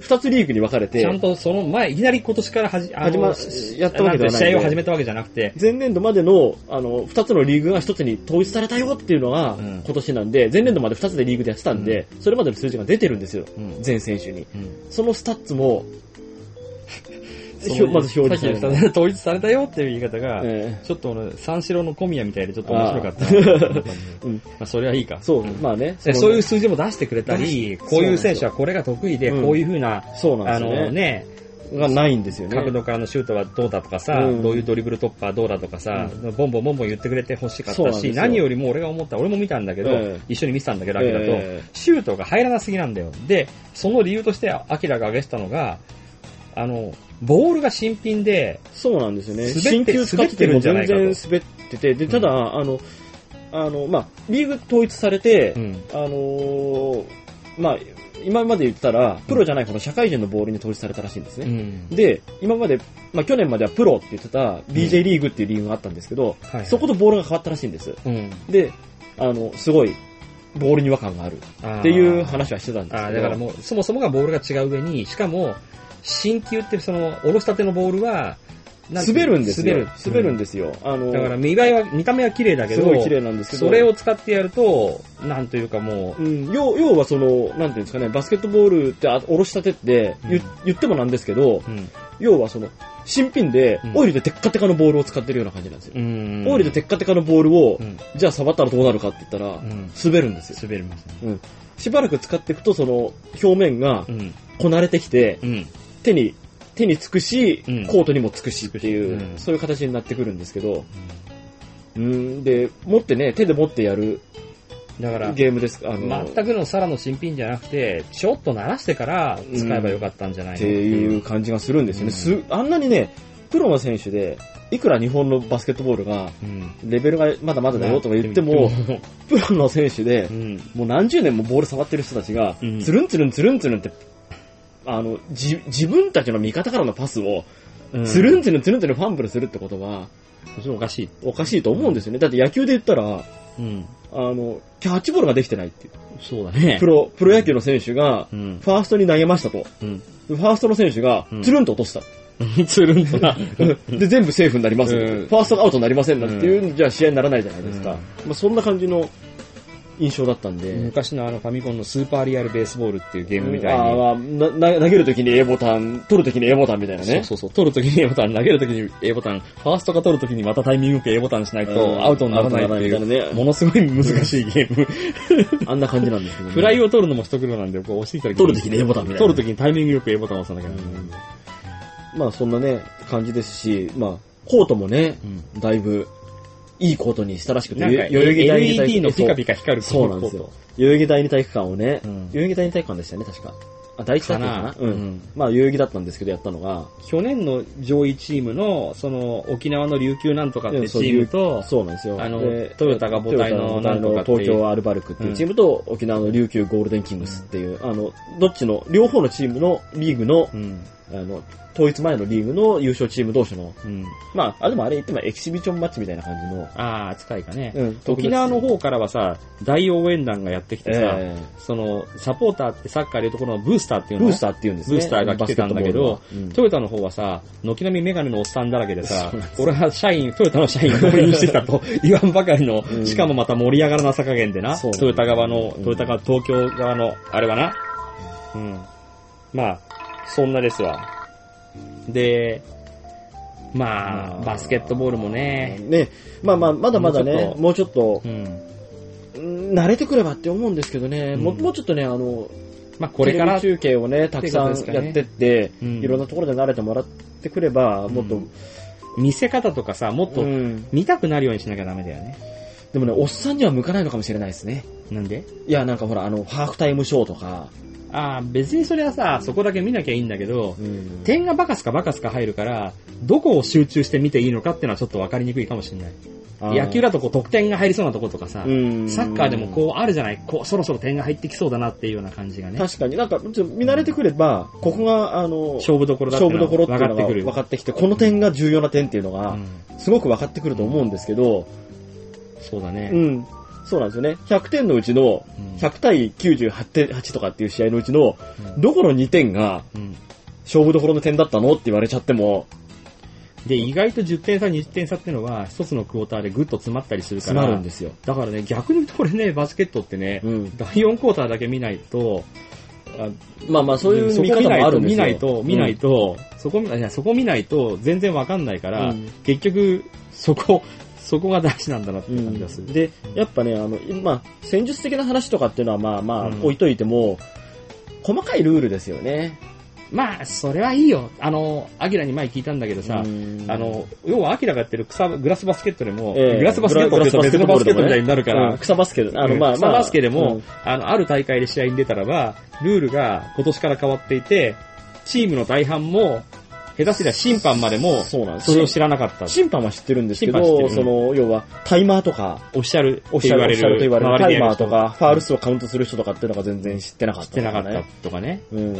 S2: 二つリーグに分かれ
S1: ちゃん
S2: て、
S1: とその前、いきなり今年からはじ、あの
S2: 始まやったわけでは
S1: んて
S2: ないんで
S1: 試合を始めたわけじゃなくて、
S2: 前年度までの、あの、二つのリーグが一つに統一されたよっていうのが
S1: うん
S2: 今年なんで、前年度まで二つでリーグでやってたんで、それまでの数字が出てるんですよ。
S1: うん
S2: 全選手に。
S1: うん
S2: そのスタッツも、ひょまず表示され
S1: さっ
S2: る
S1: き。の [laughs] 統一されたよっていう言い方が、
S2: え
S1: ちょっと俺、三四郎の小宮みたいでちょっと面白かった。
S2: えうん
S1: まあ、それはいいか。
S2: そう、まあね。
S1: で
S2: の
S1: そういう数字も出してくれたり、こういう選手はこれが得意で、
S2: うん
S1: こういうふうな、
S2: そうな
S1: あ
S2: んですよ
S1: のね、
S2: がないんですよね。
S1: 角度からのシュートはどうだとかさ、
S2: うん
S1: どういうドリブル突破はどうだとかさ、ボンボンボンボン言ってくれて欲しかっ
S2: そう
S1: た
S2: なんです
S1: し、
S2: よ
S1: 何よりも俺が思った、俺も見たんだけど、
S2: ええ
S1: 一緒に見てたんだけど、アキラと、
S2: え
S1: シュートが入らなすぎなんだよ。で、その理由として、アキラが挙げてたのが、あの、ボールが新品で、
S2: ーそうなんですよね。
S1: 滑
S2: 新
S1: って
S2: 球使ってて
S1: 滑ってる
S2: も
S1: んじゃな
S2: 全
S1: いかと
S2: 然滑ってて、で、ただ、あの、あの、まあ、リーグ統一されて、
S1: うん
S2: あのーまあ、今まで言ったら、プロじゃない方の社会人のボールに統一されたらしいんですね。で、今まで、まあ去年まではプロって言ってた BJ リーグっていうリーグがあったんですけど、
S1: はいはい
S2: そことボールが変わったらしいんです。
S1: うん
S2: で、あの、すごい、ボールに違和感があるっ
S1: って
S2: いう話はしてたんです
S1: あ
S2: け
S1: ーだ
S2: ど。
S1: からもう、そもそもがボールが違う上に、しかも、新球ってその、おろしたてのボールは、なんていう
S2: 滑るんですよ。
S1: 滑
S2: 滑
S1: る
S2: る。んですよ。あの、
S1: だから見栄えは、見た目は綺麗だけ
S2: す
S1: ど、
S2: ごい綺麗なんですけど。
S1: それを使ってやると、なんというかも
S2: うん、要要はその、なんていうんですかね、バスケットボールってあおろしたてって言,、
S1: うん
S2: 言ってもなんですけど、
S1: う、うん。
S2: 要はその、新品で
S1: う、ん
S2: オイルでテッカテカのボールを使ってるような感じなんですよ。
S1: うん
S2: オイルでテッカテカのボールを、
S1: うん
S2: じゃあ触ったらどうなるかって言ったら、
S1: うん
S2: 滑るんですよ。
S1: 滑りますね。
S2: しばらく使っていくと、その、表面が
S1: うん。
S2: こなれてきて、
S1: うん。
S2: 手に、手につくし、
S1: うん
S2: コートにもつくしっていう、
S1: うん
S2: そういう形になってくるんですけど、うん、で、持ってね、手で持ってやる
S1: だから、
S2: ゲームです。あの、
S1: 全くのサラの新品じゃなくて、ちょっと慣らしてから使えばよかったんじゃない
S2: っ
S1: の
S2: ていう感じがするんですよね。
S1: うん
S2: すあんなにね、プロの選手で、いくら日本のバスケットボールが、
S1: うん。
S2: レベルがまだまだだよとか言っても、プロの選手で
S1: う、ん、
S2: もう何十年もボール触ってる人たちが
S3: う、ん
S2: つるんつるんつるんつるんって、あの、じ、自分たちの味方からのパスを、
S1: うん
S2: つるんつるんつるんつるんファンブルするってことは、
S1: それおかしい。
S2: おかしいと思うんですよね。だって野球で言ったら、
S3: うん。
S2: あの、キャッチボールができてないっていう。
S3: そうだね
S2: プ。ロ、プロ野球の選手が、
S3: うん。
S2: ファーストに投げましたと。
S3: うん
S2: ファーストの選手が
S3: うん、
S2: つるんと落とした。
S3: つるんとな。
S2: [laughs] で、全部セーフになります、
S1: うん
S2: ファーストがアウトになりませんなんていう、じゃあ試合にならないじゃないですか。
S1: うん
S2: まあ、そんな感じの印象だったんで。
S1: 昔のあのファミコンのスーパーリアルベースボールっていうゲームみたいに、
S2: あーまあなな投げるときに A ボタン、取るときに A ボタンみたいな
S1: そ
S2: ね。
S1: うそうそう、取るときに A ボタン、投げるときに A ボタン、ファーストが取るときにまたタイミングよく A ボタンしない
S2: うん
S1: とアウトにならないってい
S2: アウトにならないみたいな
S1: う、
S2: ね
S1: ものすごい難しいゲーム。
S2: あんな感じなんですけど、ね。
S1: フライを取るのも一苦労なんで、こう押してきたり
S2: 取る時に A ボタンみたいな
S1: 取るときにタイミングよく A ボタンを押さなきゃいけない。
S2: まあそんなね、感じですし、まあ、コートもね、だいぶ、いいコートにしたらしくて、
S1: なんか、
S2: 代々木第二体育
S1: LED のピカピ
S2: カ
S1: カ光る
S2: そうそうなんですよ。代々木第二体育館をね、
S1: うん
S2: 代々木第二体育館でしたよね、確か。あ、第一体
S1: か
S2: 育館
S1: な
S2: かな、うん、まあ、代々木だったんですけど、やったのが、
S1: 去年の上位チームの、その、沖縄の琉球なんとかってチームと、
S2: そうなんですよ。
S1: あの
S2: で
S1: トヨタが母体の
S2: トヨタが母体の
S1: なんとかっていう
S2: 東京アルバルクっていうチームと、沖縄の琉球ゴールデンキングスっていう、あの、どっちの、両方のチームのリーグの、
S1: うん。
S2: あの、統一前のリーグの優勝チーム同士の、
S1: うん。
S2: まあ、あ、でもあれ言ってもエキシビションマッチみたいな感じの、
S1: ああ、扱いかね。
S2: うん
S1: 沖縄の方からはさ、大応援団がやってきてさ、
S2: え
S1: その、サポーターってサッカーでいうところのブースターってい
S2: え
S1: うの
S2: ブースターって言うんですね。
S1: ブースターが来てたんだけど
S2: バスケットボールの、
S1: トヨタの方はさ、軒並みメガネのおっさんだらけでさ
S2: そうなんで、
S1: 俺は社員、トヨタの社員を購入してきた
S2: [laughs]
S1: と言わんばかりの
S2: う、ん
S1: しかもまた盛り上がらなさ加減でな、
S2: そうなんだ
S1: トヨタ側の、
S2: うん
S1: トヨタ側、東京側の、あれはな、うん。まあ、そんなですわ。で、ま
S2: ま
S1: あ、
S2: あ
S1: バスケットボールもね、
S2: ね、まあまあ、まだまだね、もうちょっと
S1: う、ん。
S2: うん慣れてくればって思うんですけどね、もう
S1: うん
S2: もうちょっとね、あの、
S1: まあ、これから
S2: テ、レビ中継をね、たくさんやってって、
S1: うん
S2: いろんなところで慣れてもらってくれば、もっと、
S1: 見せ方とかさ、もっと
S2: うん
S1: 見たくなるようにしなきゃダメだよね。
S2: でもね、おっさんには向かないのかもしれないですね。
S1: なんで
S2: いや、なんかほら、あの、ハーフタイムショーとか、
S1: ああ、別にそれはさ、そこだけ見なきゃいいんだけど、
S2: うん
S1: 点がバカすかバカすか入るから、どこを集中して見ていいのかっていうのはちょっとわかりにくいかもしれない。野球だとこう得点が入りそうなとことかさ、サッカーでもこうあるじゃない、こうそろそろ点が入ってきそうだなっていうような感じが
S2: う
S1: ね
S2: ん。、確かになんか、ちょっと見慣れてくれば、ここが、あの、
S1: 勝負どころだって
S2: 勝負どころって
S1: 分
S2: い
S1: か
S2: うの
S1: っ
S2: が
S1: てくる。
S2: 分かってきて、この点が重要な点っていうの
S1: う
S2: が、
S1: ん
S2: すごく分かってくると思うんですけど、
S1: そうだね
S2: う。ん。そうなんですよね。100点のうちの、
S1: うん
S2: 100対98点8とかっていう試合のうちの、
S1: うん
S2: どこの2点が
S1: うん
S2: 勝負どころの点だったのって言われちゃっても、
S1: で、意外と10点差、20点差っていうのは、一つのクォーターでぐっと詰まったりするか
S2: 詰まる
S1: ら
S2: ん、ですよ。
S1: だからね、逆に言うとこれね、バスケットってね、
S2: うん。
S1: 第4クォーターだけ見ないと、あ
S2: まあまあ、そういう
S1: そ
S2: 見
S1: こ
S2: 方
S1: 見な
S2: もあ
S1: い
S2: る
S1: と、
S2: んですよ。
S1: 見ないと、見ないと、そこ見いやそこ見ないと全然わかんないから、
S2: うん
S1: 結局、そこ、そこが大事なんだなって感じがする。
S2: で、やっぱね、あの、今、戦術的な話とかっていうのはまあまあ
S1: うん
S2: 置いといても、細かいルールですよね。
S1: まあ、それはいいよ。あの、アキラに前聞いたんだけどさ、
S2: うん
S1: あ、の、要はアキラがやってる草、グラスバスケットでも、
S2: ええ
S1: グラスバスケットって言うと別のバスケットみたいになるか
S2: うん
S1: ら、
S2: 草バスケ、あの、まあまあ、
S1: 草バスケでも、
S2: うん
S1: あの、ある大会で試合に出たらば、ルールが今年から変わっていて、チームの大半も、下手すりゃ審判までも、
S2: そうなんです
S1: それを知らなかった。
S2: 審判は知ってるんですけ
S1: 審
S2: ど、
S1: 判は知って
S2: そ
S1: る
S2: の、要は、タイマーとか、
S1: オフィシャル
S2: お
S1: っ
S2: ってしゃ
S1: 言わ
S2: るおっ
S1: れ
S2: しゃる
S1: る、
S2: と言われる、
S1: 周
S2: タ
S1: り
S2: イ
S1: でや
S2: マ
S1: る
S2: ー
S1: 人
S2: とか、ファール数をカウントする人とかっていうのが全然知ってなかった、
S1: 知ってなかった。とかね。
S2: うん。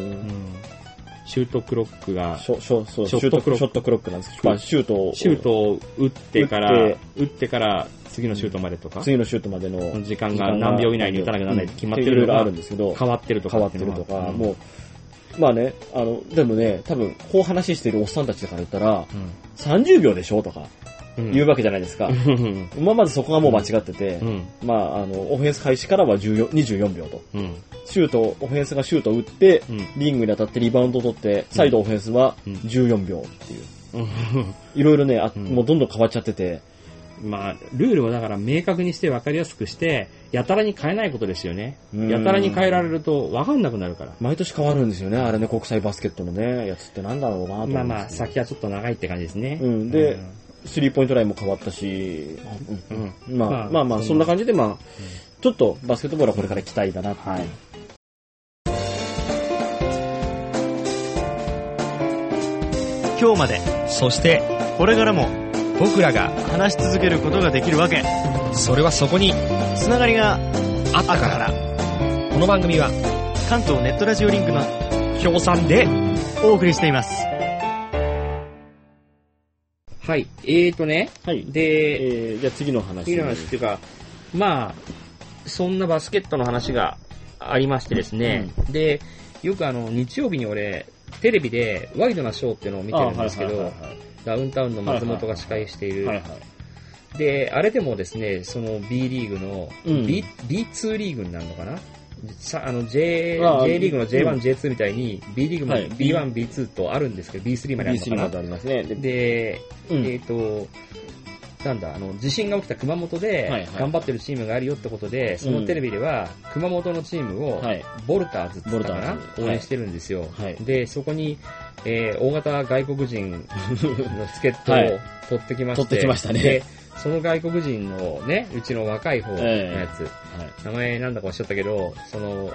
S1: シュートクロックが、
S2: ショショそう
S1: シ
S2: シ
S1: ョッ
S2: ュー
S1: ト
S2: ト
S1: ク
S2: ク
S1: ロ
S2: ロ
S1: ック
S2: ック。ショットクロックなんですけど、まあ、シュートを
S1: シュートを打ってから
S2: 打って、
S1: 打ってから次のシュートまでとか、
S2: 次のシュートまでの
S1: 時間が何秒以内に打たなきゃならないって決まってるの
S2: のがある
S1: が
S2: んですけど、
S1: 変わってるとか
S2: 変わ
S1: っ
S2: ってて
S1: いう
S2: る
S1: のは。
S2: とか、
S1: うん
S2: もう、まあね、あの、でもね、多分、こう話してるおっさんたちから言ったら、30秒でしょとか
S1: うん、
S2: 言うわけじゃないですか。
S1: うん。
S2: まあまずそこがもう間違ってて
S1: う、ん。
S2: まあ、あの、オフェンス開始からは14 24秒と。
S1: うん。
S2: シュート、オフェンスがシュートを打って、
S1: うん。
S2: リングに当たってリバウンドを取って、再度オフェンスは
S1: うん
S2: 14秒っていう。
S1: うん
S2: いろいろね、あ
S1: うん
S2: もうどんどん変わっちゃってて、
S1: まあ、ルールをだから明確にして分かりやすくして、やたらに変えないことですよね。
S2: うん
S1: やたらに変えられると分かんなくなるから。
S2: 毎年変わるんですよね、あれね、国際バスケットのね、やつってなんだろうなと思うん
S1: ま
S2: ですけ
S1: あ
S2: ど
S1: まあ、先はちょっと長いって感じですね。
S2: うんでスリーポイントラインも変わったし、
S1: うん、うん。
S2: まあ、
S1: まあ
S2: まあまあ、
S1: そう
S2: そんな感じで、まあ、ちょっとバスケットボールはこれから期待だなっていう。
S3: はい
S4: 今日までそしてこれからも僕らが話し続けることができるわけ
S5: それはそこに
S4: つながりがあったから
S5: この番組は
S4: 関東ネットラジオリンクの
S5: 協賛で
S4: お送りしています
S1: はい。えーとね、
S2: はい。え
S1: で、
S2: ー、じゃあ次の話。
S1: 次の話っていうか、まあ、そんなバスケットの話がありましてですね、で、よくあの、日曜日に俺、テレビでワイドなショーっていうのを見てるんですけ
S2: あは
S1: ど
S2: い、
S1: ダウンタウンの松本が司会している、
S2: はいはいはいはい
S1: で、あれでもですね、その B リーグの、
S2: うん
S1: B、B2 リーグになるのかなさあの J,
S2: ああ
S1: J リーグの J1、
S2: うん
S1: J2 みたいに B リーグも
S2: はい
S1: B1、B2 とあるんですけど、B3 まであるの
S2: B3 ま
S1: か
S2: で
S1: な
S2: ありますね。で、
S1: で、
S2: うん
S1: えっ、と、なんだ、あの、地震が起きた熊本
S2: はいはい
S1: で頑張ってるチームがあるよってことで、そのテレビでは熊本のチームを
S2: はい。
S1: ボルターズって言ったか
S2: ボルターズ
S1: な応援してるんですよ。
S2: はい
S1: で、そこに、えー大型外国人のチケット
S2: は
S1: を
S2: い
S1: 取ってきまして、
S2: 取ってきましたね
S1: で、その外国人のね、うちの若い方のやつ、
S2: はい。
S1: 名前なんだかおっしゃったけど、その、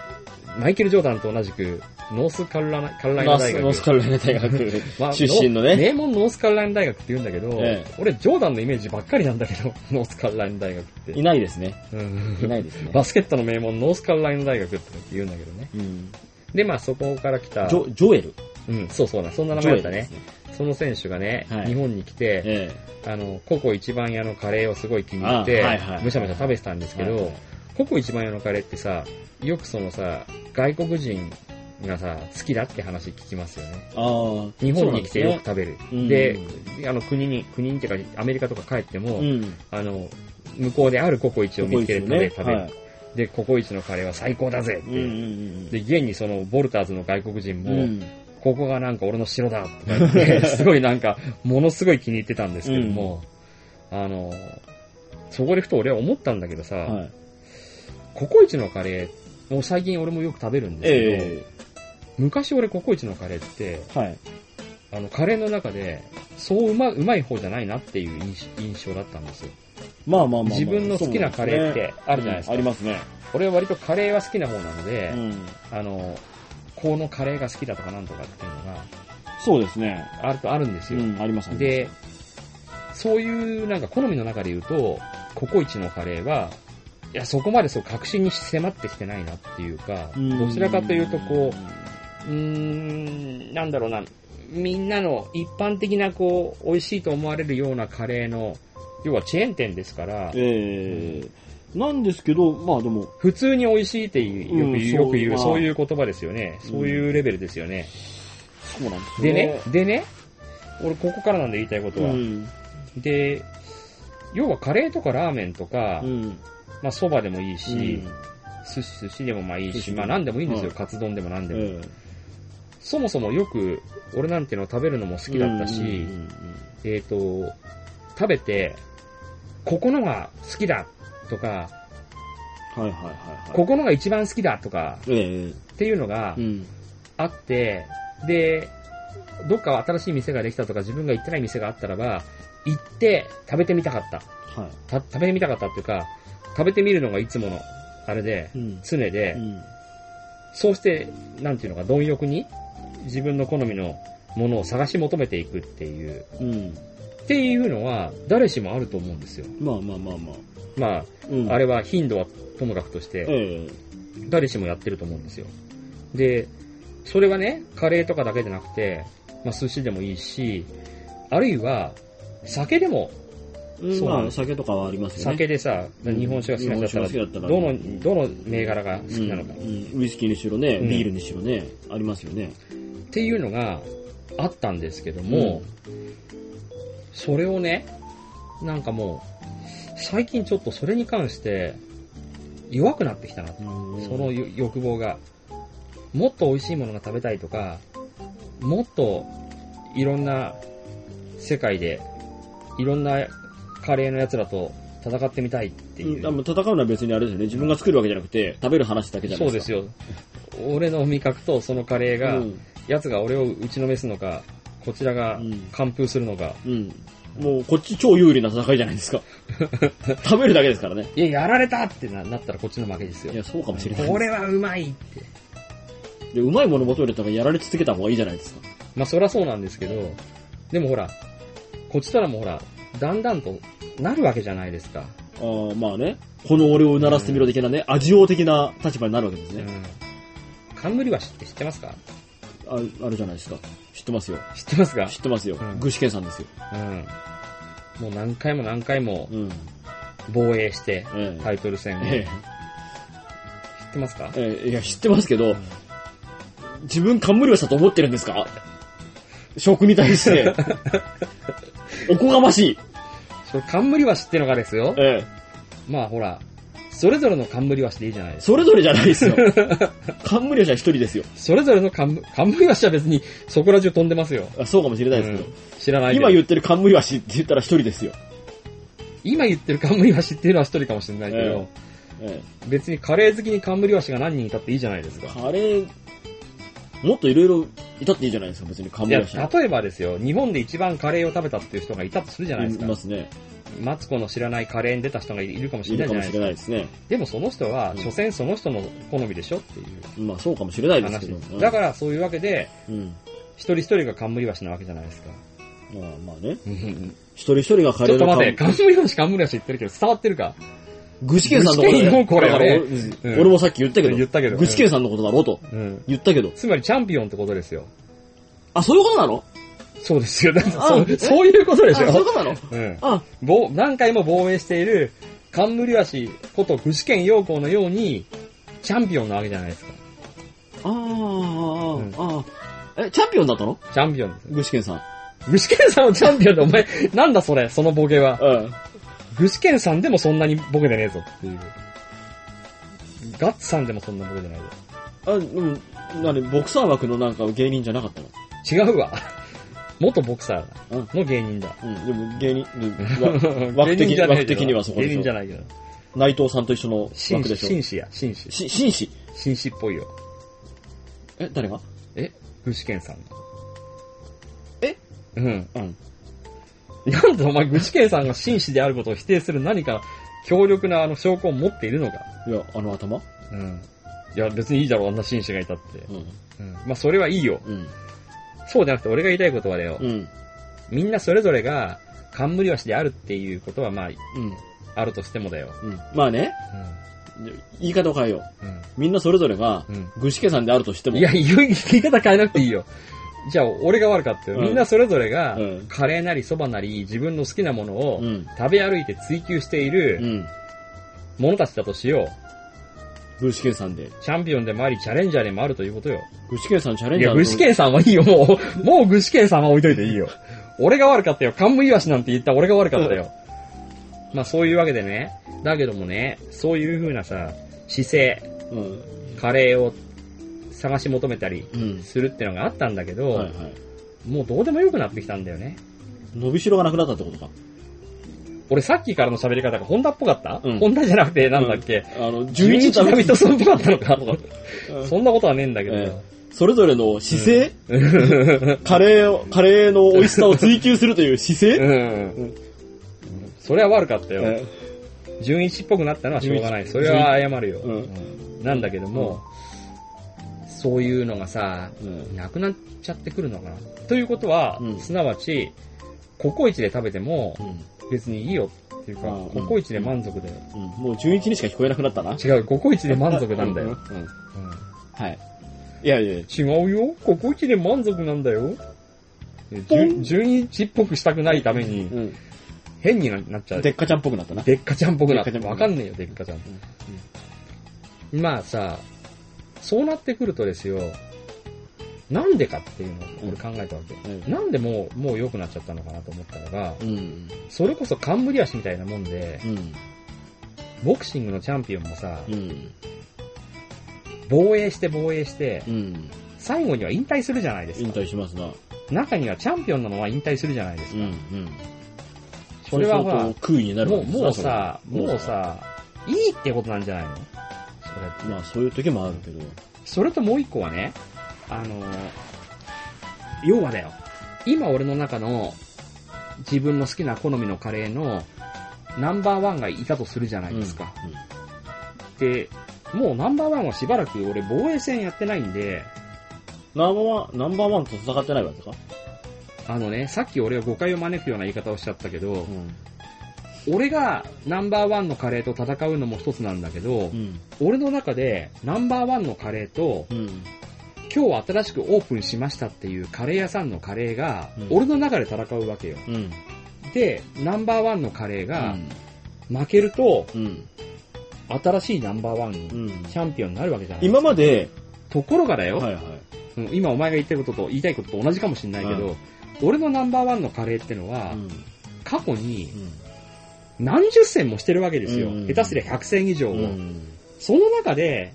S1: マイケル・ジョーダンと同じく、ノースカロライナカロライ
S2: ノ
S1: ナ
S2: ース
S1: 大学。
S2: ノースカロライナ大学
S1: まあ
S2: 出身のね。
S1: 名門ノースカロライナ大学って言うんだけど、
S2: ええ
S1: 俺、ジョーダンのイメージばっかりなんだけど、 [laughs] ノースカロライナ大学って。
S2: いないですね。
S1: [laughs] うん
S2: いないですね。
S1: バスケットの名門、ノースカロライナ大学って言うんだけどね。
S2: うん
S1: で、まあ、そこから来た、
S2: ジョ、ジョエル。
S1: うん、そうそうな、そんな名
S2: ジ
S1: 前
S2: ョ
S1: だった
S2: エルで
S1: ね
S2: す。ね。
S1: その選手がね、
S2: はい
S1: 日本に来て、
S2: え
S1: あの、ココ一番屋のカレーをすごい気に入っ
S2: あ
S1: て、
S2: はいはい
S1: むしゃむしゃ食べてたんです
S2: え
S1: けど、ココ一番屋のカレーってさ、よくそのさ、外国人がさ、好きだって話聞きますよね。
S2: ああ、
S1: 日本に来てよく食べる。で
S2: そうなんです
S1: あの、国に、国にっていうか、アメリカとか帰っても、
S2: うん。
S1: あの、向こうであるココイチを見つけて食べ,、
S2: こ
S1: 食
S2: こ
S1: べ
S2: い
S1: る、
S2: いですよね
S1: で、ココイチのカレーは最高だぜって。
S2: はいうんうん
S1: で、現にその、ボルターズの外国人
S2: う
S1: も、
S2: んうん。
S1: ここがなんか俺の城だとか言
S2: [laughs]
S1: って、すごいなんか、ものすごい気に入ってたんですけども、あの、そこでふと俺は思ったんだけどさ、
S2: うんはい。
S1: ココイチのカレー、もう最近俺もよく食べるんですけど、
S2: え
S1: 昔俺ココイチのカレーって、
S2: え。はい。
S1: あの、カレーの中で、そううまうまい方じゃないなっていう印印象だったんですよ。
S2: まあまあまあまあ。
S1: 自分の好きなカレーってあ
S2: あ
S1: るじゃないですか。
S2: ありますね。
S1: 俺は割とカレーは好きな方なので、
S2: うん
S1: あの、このカレーが好きだとかなんとかっていうのが、
S2: そうですね。
S1: あるとあるんです
S2: う
S1: よ。
S2: ん、ありますあります
S1: で、そういうなんか好みの中で言うと、ココイチのカレーは、いや、そこまでそう、確信に迫ってきてないなっていうか、
S2: うん
S1: どちらかというとこう、うーん、なんだろうな、みんなの一般的なこう、美味しいと思われるようなカレーの、要はチェーン店ですから、
S2: ええなんですけど、まあでも、
S1: 普通に美味しいってよく言う、
S2: うん
S1: よく言う、
S2: そ
S1: そうういう言葉ですよね。そういうレベルですよね。
S2: そうなんです
S1: で
S2: よ
S1: ね、でね、俺ここからなんで言いたいことは、
S2: うん。
S1: で、要はカレーとかラーメンとか、
S2: うん。
S1: まあ蕎麦でもいいし、
S2: うん
S1: 寿司、寿司でもまあいい
S2: 寿司
S1: し、まあ何でもいいんですよ、
S2: うん
S1: カツ丼でも何でも、
S2: うん
S1: そもそもよく、俺なんての食べるのも好きだったし、
S2: うんうん
S1: えっ、と、食べて、ここのが好きだとか、
S2: うんはいはいはいはい。
S1: ここのが一番好きだとか
S2: ええ
S1: っていうのが
S2: うん。
S1: あって、で、どっか新しい店ができたとか自分が行ってない店があったらば、行って食べてみたかった。
S2: は
S1: た食べてみたかったっていうか、食べてみるのがいつもの、あれで
S2: い。、うん。
S1: 常で、
S2: うん
S1: そうして、なんていうのか、貪欲に自分の好みのものを探し求めていくっていう、
S2: うん。
S1: っていうのは誰しもあると思うんですよ。
S2: まあまあまあまあ。
S1: ま
S2: うん
S1: あ、あれは頻度はともかくとして、
S2: ええ
S1: 誰しもやってると思うんですよ。で、それはね、カレーとかだけじゃなくて、まあ寿司でもいいし、あるいは、酒でも、
S2: うん
S1: そう
S2: ま
S1: なん
S2: あ、
S1: です
S2: 酒とかはありますよね。
S1: 酒でさ、日本酒が好きな人だったら、
S2: 日本酒が好きだったら
S1: どの、どの銘柄が好きなのか、
S2: う
S1: っ
S2: んうんウイスキーにしろね、
S1: うん
S2: ビールにしろね、ありますよね。
S1: ていうのがあったんですけども、それをね、なんかもう、最近ちょっとそれに関して、弱くなってきたな
S2: そ
S1: その欲欲望が。もっと美味しいものが食べたいとか、もっといろんな世界で、いろんなカレーの奴らと戦ってみたいっていう。
S2: うん、戦うのは別にあれですよね。自分が作るわけじゃなくて、食べる話だけじゃな
S1: そ
S2: いう
S1: で
S2: で
S1: すす
S2: か。
S1: よ。俺の味覚とそのカレーが、奴が俺を打ちのめすのか、こちらが
S2: うん
S1: 完封するのか。
S2: うん。うん。もう、こっち超有利な戦いじゃない
S1: [laughs]
S2: ですか。食べるだけですからね。
S1: いや、やられたってななったらこっちの負けです
S2: い
S1: よ。
S2: や、そうかもしれない。
S1: これはうまいって。
S2: で、うまいもの求めるためにやられ続けた方がいいじゃないですか。
S1: まあそりゃそうなんですけど、でもほら、こっちからもほら、だんだんとなるわけじゃないですか。
S2: ああ、まあね。この俺をうならせてみろ的なね、味王的な立場になるわけです
S1: う
S2: ね。
S1: ん。冠橋って知ってますか
S2: ああるじゃないですか。知ってますよ。
S1: 知ってますか
S2: 知ってますよ
S1: う。ん
S2: 具志堅さんですよ。
S1: うん。もう何回も何回も
S2: うん。
S1: 防衛して、
S2: ええ
S1: タイトル戦を。
S2: え
S1: 知ってますか
S2: えええいや、知ってますけど、自分冠をしたと思ってるんですか食に
S1: [laughs]
S2: 対して。おこがましい。
S1: それ冠橋ってのがですよ。
S2: ええ
S1: まあほら、それぞれの冠橋でいいじゃないですか。
S2: それぞれじゃないで
S1: [laughs]
S2: すよ。冠をした一人ですよ。
S1: それぞれの冠、冠橋は別にそこら中飛んでますよ。
S2: あそうかもしれないですけど。
S1: うん知らないけど
S2: 今言ってる冠はしって言ったら一人ですよ。
S1: 今言ってる冠橋っていうのは一人かもしれないけど、
S2: ええ
S1: 別にカレー好きに冠橋が何人いたっていいじゃないです
S2: え
S1: か。
S2: カレー、もっといろいろいたっていいじゃないですか、別に
S1: いや、
S2: 冠はし。
S1: 例えばですよ、日本で一番カレーを食べたっていう人がいたとするじゃないです
S2: い
S1: か。
S2: ますね。
S1: マツコの知らないカレーに出た人がいるかもし
S2: い
S1: れな
S2: る
S1: い
S2: か
S1: じゃ
S2: も
S1: ないで
S2: し
S1: す
S2: れ
S1: か。
S2: ないですね。
S1: でもその人は
S2: う、ん
S1: 所詮その人の好みでしょっていう
S2: まあそうかもしれないです
S1: 話
S2: けど。、
S1: だかららそういうわけで、
S2: うん。
S1: 一人一人が冠橋なわけじゃないですか。
S2: まあまあね。
S1: ち
S2: 一人一人がカレ
S1: ょ
S2: ー
S1: っと
S2: の
S1: 待って、冠橋、冠橋言ってるけど伝わってるか
S2: 具志堅さんのことだよ
S1: 具志堅のこれ
S2: だから俺
S1: うん
S2: 俺もさっき言ったけど。
S1: 言ったけど
S2: 具志堅さんのことだろうと。
S1: うん。
S2: 言ったけど。
S1: つまりチャンピオンってことですよ。
S2: あ、そういうことなの
S1: そうですよ。だって
S2: あ
S1: [laughs] そうそういうことで
S2: あ
S1: し
S2: そういう
S1: ょ。
S2: ことなの
S1: うん。
S2: あ、
S1: ぼ何回も防衛している、冠橋こと具志堅陽光のように、チャンピオンなわけじゃないですか。
S2: あー
S1: うん
S2: あー、あーえ、チャンピオンだったの
S1: チャンピオンですよ。
S2: 具志堅さん。
S1: 具志堅さんのチャンピオンってお前、なんだそれ、そのボケは。
S2: うん。
S1: 具志堅さんでもそんなにボケてねえぞっていう。ガッツさんでもそんなボケてないぞ。
S2: あ、うん、なに、ボクサー枠のなんか芸人じゃなかった
S1: 違
S2: の
S1: うわ。元ボクサ
S2: うん
S1: ーの芸人だ。
S2: うん、でも芸人、
S1: [laughs]
S2: うんわ [laughs] 枠
S1: 芸人
S2: 的
S1: じゃ
S2: に、
S1: ない
S2: 枠的にはそこ
S1: 芸
S2: でし
S1: 人じゃ
S2: ょ。
S1: ないけど。
S2: 内藤さんと一緒の
S1: 紳
S2: 枠
S1: 士、
S2: でしょ
S1: 紳。士や、紳士。
S2: し、紳士
S1: 紳士っぽいよ。
S2: え、誰が
S1: え具志堅さんが。
S2: え
S1: うん。
S2: うん。
S1: [laughs] なんでお前、具志堅さんが紳士であることを否定する何か強力なあの証拠を持っているのか。
S2: いや、あの頭
S1: うん。いや、別にいいだろう、あんな紳士がいたって。
S2: うん。
S1: まあ、それはいいよ。
S2: うん。
S1: そうじゃなくて、俺が言いたいことはだよ。
S2: うん。
S1: みんなそれぞれが、冠橋であるっていうことは、まあ、
S2: うん。
S1: あるとしてもだよ。
S2: うん。まあね、言い方を変えよう。
S1: うん。
S2: みんなそれぞれが、
S1: うん。
S2: 具志堅さんであるとしても。
S1: いや、言い言い方変えなくていいよ。じゃあ、俺が悪かったよ。
S2: うん
S1: みんなそれぞれが
S2: うん、
S1: カレーなりそばなり、自分の好きなもの
S2: う
S1: を、
S2: ん。
S1: 食べ歩いて追求していうる
S2: ん。
S1: 者たちだとしよ
S2: 具志堅さんで。
S1: う。チャンピオンでもあり、チャレンジャーでもあるということよ。
S2: 具志堅さんチャレン
S1: い
S2: ジャ
S1: や、
S2: ー
S1: 具志堅さんはいいよ、もう。もう具志堅さんは置いといていいよ。俺が悪かったよ。カンムイワシなんて言った俺が悪かったよ。まあそういうわけでね。だけどもね、そういう風なさ、姿勢、
S2: うん。
S1: カレーを探し求めたり
S2: うん。
S1: するってのがあったんだけど、
S2: はいはい。
S1: もうどうでもよくなってきたんだよね。
S2: 伸びしろがなくなったってことか。
S1: 俺さっきからの喋り方がホンダっぽかった、
S2: うん
S1: ホンダじゃなくてなんだっけ、
S2: あの、
S1: 11
S2: 11
S1: ダビッドソンっぽかったのか [laughs]
S2: うん
S1: そんなことはねえんだけど。
S2: えそれぞれの姿勢、カレーを、カレーの美味しさを追求するという姿勢、
S1: うん。それは悪かったよ。
S2: え
S1: 純一っぽくなったのはしょうがない。それは謝るよ。
S2: うん
S1: うんなんだけども、そういうのがさ、
S2: うん
S1: なくなっちゃってくるのかな。ということは、
S2: うん
S1: すなわち、ココイチで食べても
S2: うん
S1: 別にいいよっていうか、
S2: うん
S1: ココイチで満足だよ。
S2: うんもう11にしか聞こえなくなったな。
S1: 違う、ココイチで満足なんだよ。
S2: うん。うんはい。いやいやいや
S1: 違うよ、ココイチで満足なんだよ。純純一っぽくしたくないために、
S2: う
S1: 変になっちゃ
S2: ん。
S1: う。
S2: でっかちゃんっぽくなったな。
S1: でっかちゃんっぽくなって
S2: でっかちゃんっぽ
S1: わ
S2: く
S1: かんねえよ、でっかちゃん。まあさ、そうなってくるとですよ、なんでかっていうのを俺考えたわけ。
S2: うん
S1: なんでもう、もう良くなっちゃったのかなと思ったのが、
S2: うん。
S1: それこそカンブリアシみたいなもんで
S2: う、ん。
S1: ボクシングのチャンピオンもさ
S2: う、ん。
S1: 防衛して防衛して
S2: う、ん。
S1: 最後には引退するじゃないです
S2: 引
S1: か。
S2: 退しますな。
S1: 中にはチャンピオンのまま引退するじゃないです
S2: う
S1: か。
S2: ん。うん。
S1: それはほら
S2: そうすると空位になる
S1: も
S2: わ
S1: う、
S2: けです
S1: もうさ、
S2: それは
S1: もうさ、いいってことなんじゃないのそれって
S2: まあそういう時もあるけど。
S1: それともう一個はね、あのー要はだよ。今俺の中の自分の好きな好みのカレーのナンバーワンがいたとするじゃないですか。で、もうナンバーワンはしばらく俺防衛戦やってないんで、
S2: ナンバーワン、ナンバーワンと戦ってないわけか
S1: あのね、さっき俺は誤解を招くような言い方をしちゃったけど、
S2: ん。
S1: 俺がナンバーワンのカレーと戦うのも一つなんだけど
S2: う、ん。
S1: 俺の中でナンバーワンのカレーと
S2: うん。
S1: 今日新しくオープンしましたっていうカレー屋さんのカレーが
S2: うん
S1: 俺の中で戦うわけよ。
S2: うん。
S1: で、ナンバーワンのカレーが、負けると、
S2: うん。
S1: 新しいナンバーワンに、
S2: うん。
S1: チャンピオンになるわけじゃないですか
S2: 今まで、
S1: ところがだよ、
S2: はいはい。
S1: うん今お前が言ってることと言いたいことと同じかもしれないけど、俺のナンバーワンのカレーってのは、
S2: うん
S1: 過去に
S2: うん
S1: 何十戦もしてるわけですよ。
S2: うん
S1: 下手すりゃ100戦以上を、
S2: うん
S1: その中で、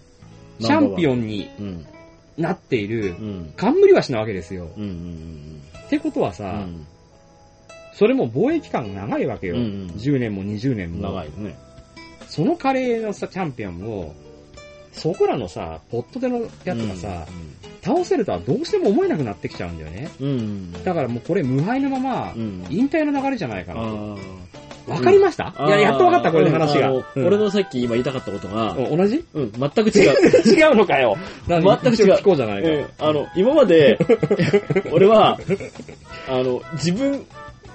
S1: チャンピオンに
S2: うん。
S1: なっている
S2: う、ん。
S1: 冠ワシなわけですよ。
S2: うん。うん。
S1: ってことはさ、
S2: うん。
S1: それも貿易期間が長いわけよ。
S2: うんうん
S1: 10年も20年も。
S2: 長いですね。
S1: そのカレーのさ、チャンピオンを、そこらのさ、ポットでのやつがさ、倒せるとはどうしても思えなくなってきちゃうんだよね。
S2: うん、うん。
S1: だからもうこれ無敗のまま
S2: う、ん。
S1: 引退の流れじゃないか
S2: あ
S1: な。わ、
S2: ー
S1: かりました
S2: あー。
S1: いや、やっとわかった、これで話が。
S2: う
S1: うん
S2: あの俺のさっき今言いたかったことが、
S1: ん同じ
S2: うん、全く違う。
S1: [laughs] 違うのかよ。なんで
S2: 全く違
S1: 一
S2: う
S1: 応聞こうじゃないか。
S2: うんあの、今ま
S1: [laughs]
S2: で、俺は、あの、自分、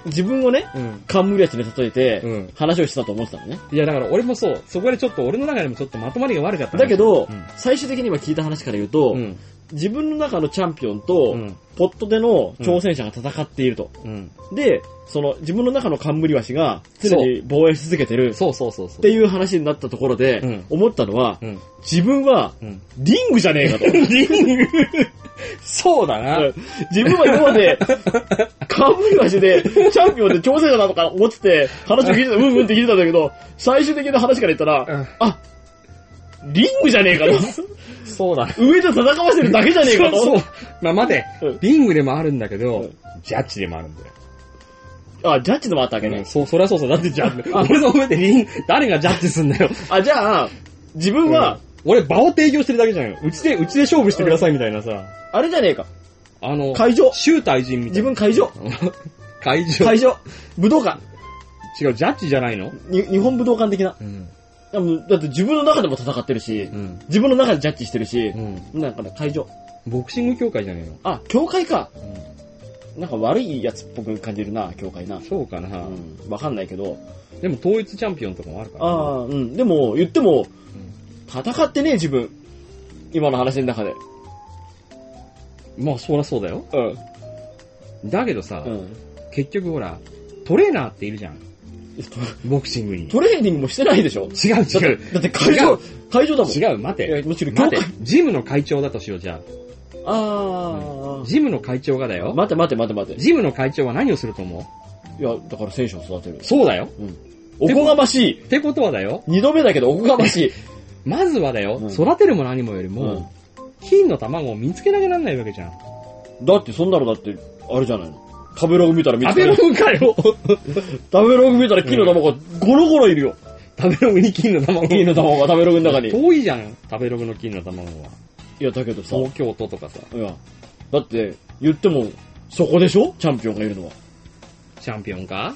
S2: 自分をね、
S1: うん。
S2: 冠足に例えて、
S1: うん
S2: 話をしたと思ってたのね。
S1: いや、だから俺もそう、そこでちょっと俺の中でもちょっとまとまりが悪かった。
S2: だけ、ど、
S1: うん
S2: 最終的に今聞いた話から言うと、
S1: うん。
S2: 自分の中のチャンピオンと、
S1: うん。
S2: ポットでの挑戦者が戦っていると。
S1: うん。
S2: で、その自分の中の冠橋が常に防衛し続けてる
S1: そうそうそうそ
S2: っ
S1: う。
S2: ていう話になったところで、
S1: うん
S2: 思ったのは、
S1: うん。
S2: 自分は
S1: うん。
S2: リングじゃねえか
S1: [laughs]
S2: と。
S1: そうだな。
S2: うん自分は今まで、冠橋で、チャンピオンで挑戦者なのか思ってて、話を聞いてた、うんうんって聞いてたんだけど、最終的な話から言ったら、あ、リングじゃねえかと。
S1: そうだな。
S2: 上で戦わせてるだけじゃねえかと。
S1: そうそう。まあ、待て
S2: うん、
S1: リングでもあるんだけ
S2: う
S1: ど
S2: ん、
S1: ジャッジでもあるんだよ。
S2: あ、ジャッジでもあったわけ
S1: う
S2: ね
S1: ん、。そう、そりゃそうそう。だってジャッジ、俺の上でリン、誰がジャッジすんだ
S2: [laughs]
S1: よ。
S2: あ、じゃあ、自分は、
S1: 俺、場を提供してるだけじゃんよ。うちで、うちで勝負してくださいみたいなさ。
S2: あれじゃねえか。
S1: あの、
S2: 会場。
S1: 州大人みた
S2: 自
S1: いな
S2: 分。会場。
S1: [laughs] 会場。
S2: 会場。武道館。
S1: 違う、ジャッジじゃないの
S2: に日本武道館的な。
S1: うん。
S2: 多分だって自分の中でも戦ってるし
S1: う、ん。
S2: 自分の中でジャッジしてるし
S1: う、ん。
S2: なんかね会場。
S1: ボクシング協会じゃねえの
S2: あ、教会か。なんか悪いやつっぽく感じるな、教会な。
S1: そうかな、
S2: うん、わかんないけど。
S1: でも統一チャンピオンとかもあるから、
S2: ああ、うん。でも、言っても、戦ってねえ、自分。今の話の中で。
S1: まあそりゃそうだよ。
S2: うん。
S1: だけどさ、
S2: うん。
S1: 結局ほら、トレーナーっているじゃん。ボクシングに。
S2: トレーニングもしてないでしょ
S1: 違う違う。
S2: だって会場、会場だもん。
S1: 違う、待
S2: いや
S1: て。
S2: むしろ教
S1: 待
S2: 会
S1: て。。ジムの会長だとしよう、じゃ
S2: あ
S1: あ。ジムの会長がだ
S2: あ。
S1: よ。
S2: 待て待て待て待て。
S1: ジムの会長は何をすると思う
S2: いや、だから選手を育てる。
S1: そうだよ。
S2: おこがましい。
S1: ってことはだよ。
S2: 二度目だけどおこがましい。
S1: まずはだよ、
S2: うん
S1: 育てるも何もよりも、金の卵を見つけなきゃなんないわけじゃん。
S2: だってそんなのだって、あれじゃないの。食べログ見たら見
S1: 食
S2: つか
S1: べロ
S2: る。
S1: グかよ
S2: 食べログ見たら金の卵がゴロゴロい [laughs] るよ。
S1: [laughs] 食べログに金の卵。
S2: 金の卵が食べログの中に。い
S1: 遠いじゃん、食べログの金の卵は。
S2: や、だけどさ。
S1: 東京都とかさ、
S2: いや。だって、言っても、そこでしょチャンピオンがいるのは。
S1: チャンピオンか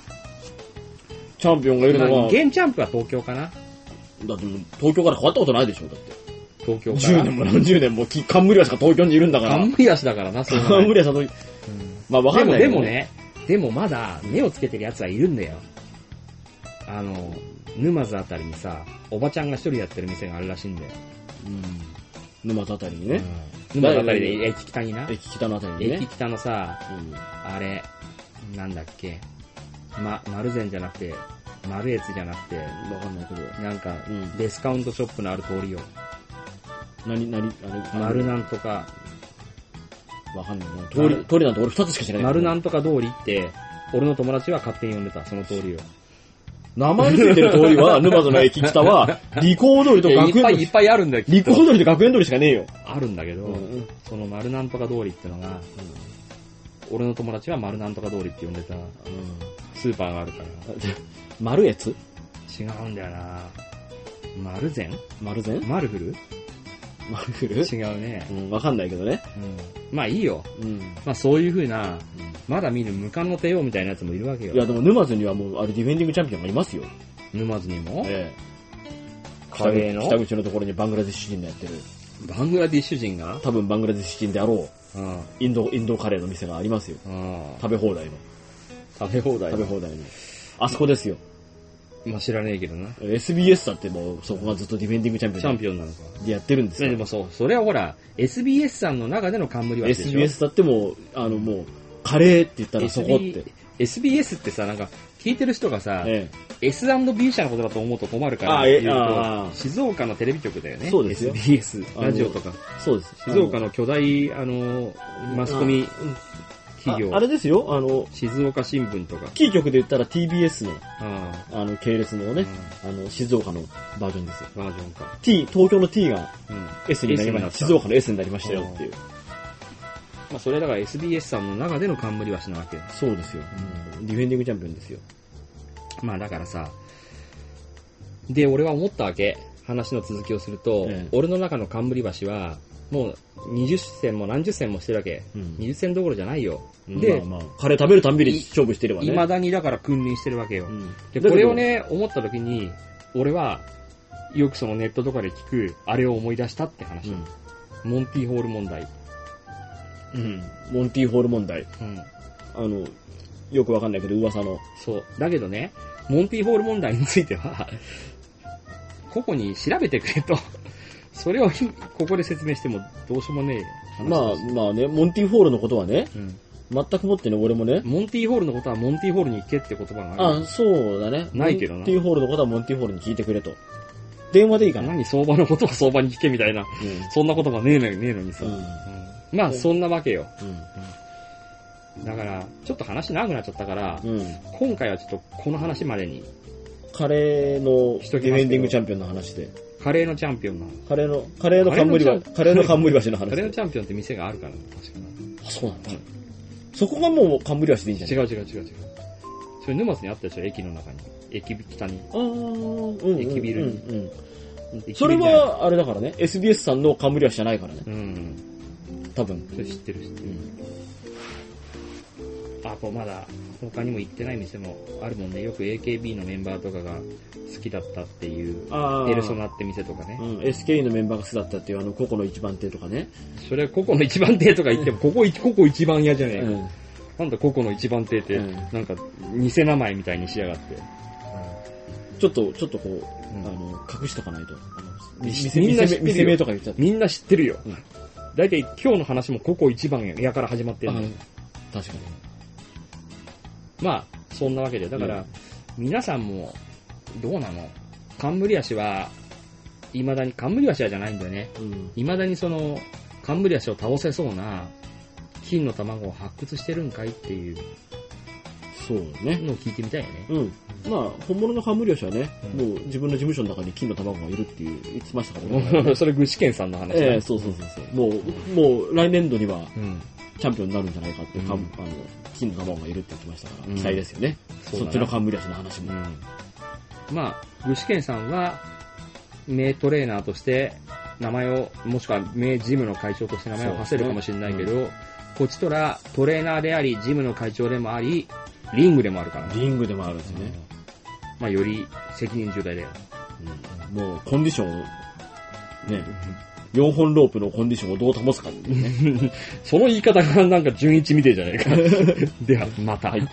S2: チャンピオンがいる
S1: ま
S2: の
S1: あ
S2: は、
S1: 現チャンプは東京かな
S2: だってもう東京から変わったことないでしょだって。
S1: 東京から。
S2: 10年も何十年も、き冠はしか東京にいるんだから。
S1: 冠足だからな、それはね
S2: 冠はさんの、まあわ
S1: で
S2: かんな
S1: も、
S2: い
S1: で
S2: けど
S1: も。ね、でもまだ目をつけてる奴はいるんだよ。あの、沼津あたりにさ、おばちゃんが一人やってる店があるらしいんだよ。
S2: うん。沼津あたりにね。
S1: うん沼津あたりで駅北にな。
S2: 駅北のあたりに
S1: 駅
S2: ね。
S1: 北のさ、
S2: うん
S1: あれ、なんだっけ、ま、丸善じゃなくて、丸越じゃなくて、
S2: わかんないけど。
S1: なんか、
S2: うん
S1: デスカウントショップのある通りを、
S2: 何、何、あれ、
S1: 丸なんとか、
S2: わかんないな。通り、通りなんて俺二つしか知らない。
S1: 丸なんとか通りって、俺の友達は勝手に呼んでた、その通りを。
S2: 名前ついてる通り
S1: [laughs]
S2: は、沼津の駅北は、理工通りと
S1: いやい
S2: 学
S1: っぱ
S2: 園
S1: いいっ
S2: 通り。
S1: ぱいあるんだよ、き
S2: 理
S1: っと
S2: 工通りと学園通りしかねえよ。
S1: あるんだけど、
S2: うん
S1: その丸なんとか通りってのが、俺の友達は丸なんとか通りって呼んでたスーパーがあるから、
S2: 丸越
S1: 違うんだよな丸善
S2: 丸善
S1: 丸フル
S2: 丸古
S1: 違うね
S2: う。ん、わかんないけどね。
S1: まあいいよ。
S2: うん。
S1: まあそういう風な、まだ見ぬ無冠の帝王みたいなやつもいるわけ
S2: いや、
S1: よ。
S2: でも沼津にはもう、あれディフェンディングチャンピオンがいますよ。
S1: 沼津にも
S2: ええ。
S1: カレーの
S2: 北口のところにバングラデシュ人がやってる。
S1: バングラディッシュ人が
S2: 多分バングラデシュ人であろう、
S1: うん。うん。
S2: インド、インドカレーの店がありますよ。食べ放題の。
S1: 食べ放題
S2: 食べ放題の。あそこですよ。
S1: まあ知らねえけどな。
S2: SBS だってもう、そこがずっとディフェンディングチャンピ
S1: チャン
S2: オ
S1: ピオンなのか。
S2: ンでやってるんです
S1: ねで
S2: よ。
S1: もそう、それはほら、SBS さんの中での冠はでしょ
S2: SBS だってもう、あのもう、カレーって言ったらそこって。
S1: SBS ってさ、なんか、聞いてる人がさ、
S2: え
S1: S&B 社のことだと思うと困るから、
S2: あえ
S1: 言うと
S2: あー
S1: 静岡のテレビ局だよね。
S2: そうですよ
S1: SBS、ラジオとか。
S2: え、そうです。
S1: 静岡の巨大、あの、マスコミ企業
S2: ああ。れですよ、あの、
S1: 静岡新聞とか。
S2: キー局で言ったら TBS の、
S1: あ
S2: あの、系列の
S1: あ、
S2: ね、あの、静岡のバージョンですよ。
S1: うんバージョンか。
S2: T、東京の T が
S1: うん。ま
S2: S になりま
S1: S になっ
S2: し。
S1: たた
S2: 静岡の S になりましたよっていう。
S1: あ、それだから SBS さんの中での冠はしなわけよ。
S2: そうですよ。ディフェンディングチャンピオンですよ。
S1: まあだからさ、で、俺は思ったわけ。話の続きをすると、
S2: ええ
S1: 俺の中の冠橋は、もう20戦も何十戦もしてるわけ。
S2: うん。
S1: 20戦どころじゃないよ。
S2: で、
S1: で
S2: まあまあ、カレー食べるたんびに勝負してればね。
S1: 未だにだから君臨してるわけよ。
S2: うん
S1: で、
S2: だけど
S1: これをね、思った時に、俺は、よくそのネットとかで聞く、あれを思い出したって話、モンティーホール問題。
S2: うん。モンティーホール問題。
S1: うん。
S2: あの、よくわかんないけど、噂の。
S1: そう。だけどね、モンティーホール問題については、個々に調べてくれと。それをひここで説明してもどうしようもねえ話
S2: まあまあね、モンティーホールのことはね、
S1: うん
S2: 全くもってね、俺もね、
S1: モンティーホールのことはモンティーホールに行けって言葉があ
S2: あ
S1: る。、
S2: そうだね。
S1: ないけどな
S2: モンティーホールのことはモンティーホールに聞いてくれと。電話でいいかな。
S1: 何相場のことは相場に聞けみたいな、そんな言葉ねえのにねえのにさ。
S2: うん。
S1: うんまあ、そんなわけよ。
S2: う
S1: だから、ちょっと話長くなっちゃったから、
S2: ん。うん。
S1: 今回はちょっとこの話までに、
S2: カレーの
S1: し
S2: デ
S1: と
S2: ィ
S1: きますけ
S2: フ
S1: ど
S2: ェンディングチャンピオンの話で。
S1: カレーのチャンピオンの、
S2: カレーの、カレーの冠橋、カ
S1: カ
S2: レ
S1: レーの
S2: ーの冠橋の話
S1: カレーの
S2: で。
S1: チャンピオンって店があるから、確かに。
S2: あ、そうなんだ。そこがもう冠橋でいいんじゃない
S1: 違う違う違う違う。それ沼津にあったでしょ、駅の中に。駅北に。
S2: ああ、うんうんうん。
S1: 駅ビルに
S2: うんうん。それは、あれだからね、SBS さんの冠橋じゃないからね、
S1: うん。
S2: 多分。
S1: それ知ってる知ってる。
S3: あとまだ他にも行ってない店もあるもんね。よく AKB のメンバーとかが好きだったっていう、
S2: あー
S3: エルソナって店とかね
S2: う。ん、SKE のメンバーが好きだったっていう、あの、個々の一番手とかね。
S1: それは個々の一番亭とか言っても、ここ一、ここ一番屋じゃねえか。
S2: うん。
S1: なんだ個々の一番亭って、
S2: うん
S1: なんか、偽名前みたいにしやがって。
S2: ちょっと、ちょっとこう、
S1: うん
S2: あの、隠しとかないと。あの
S1: み
S2: 見せ、
S1: み
S2: 見
S1: んな知
S2: せ
S1: ってるよ
S2: 見せ目とか言っちゃって。
S1: みんな知ってるよ
S2: うん。
S1: だいたい今日の話もここ一番屋から始まって
S2: あ
S1: る
S2: の確かに。
S1: まあ、そんなわけで、だから、
S2: うん
S1: 皆さんも、どうなの冠足は、未だに、冠足はじゃないんだよね。
S2: うん。
S1: 未だにその、冠足を倒せそうな、金の卵を発掘してるんかいっていう
S2: そうね。
S1: のを聞いてみたいよね。
S2: うん。まあ、本物のハム漁師はね、
S1: うん
S2: もう自分の事務所の中に金の卵がいるっていう言ってました [laughs] からね。
S1: [laughs] それ具志堅さんの話だ、
S2: ええそうそうそうそう。もう、もう来年度には
S1: うん。
S2: チャンピオンになるんじゃないかって、
S1: うん
S2: かんあの、金の卵がいるって言ってましたから、
S1: うん
S2: 期待ですよね。
S1: そうだ
S2: そ
S1: な
S2: っちの冠足の話も。
S1: うん。まあ、具志堅さんは、名トレーナーとして、名前を、もしくは名ジムの会長として名前を馳せるかもしれないけど、こちとらトレーナーであり、ジムの会長でもあり、リングでもあるからね。
S2: リングでもあるんですよね。
S1: まあ、より責任重大だよ。
S2: うんもうコンディションを、ね、4本ロープのコンディションをどう保つかっていうね。
S1: [laughs] その言い方がなんか順一みてえじゃねえか。では、また。
S2: はい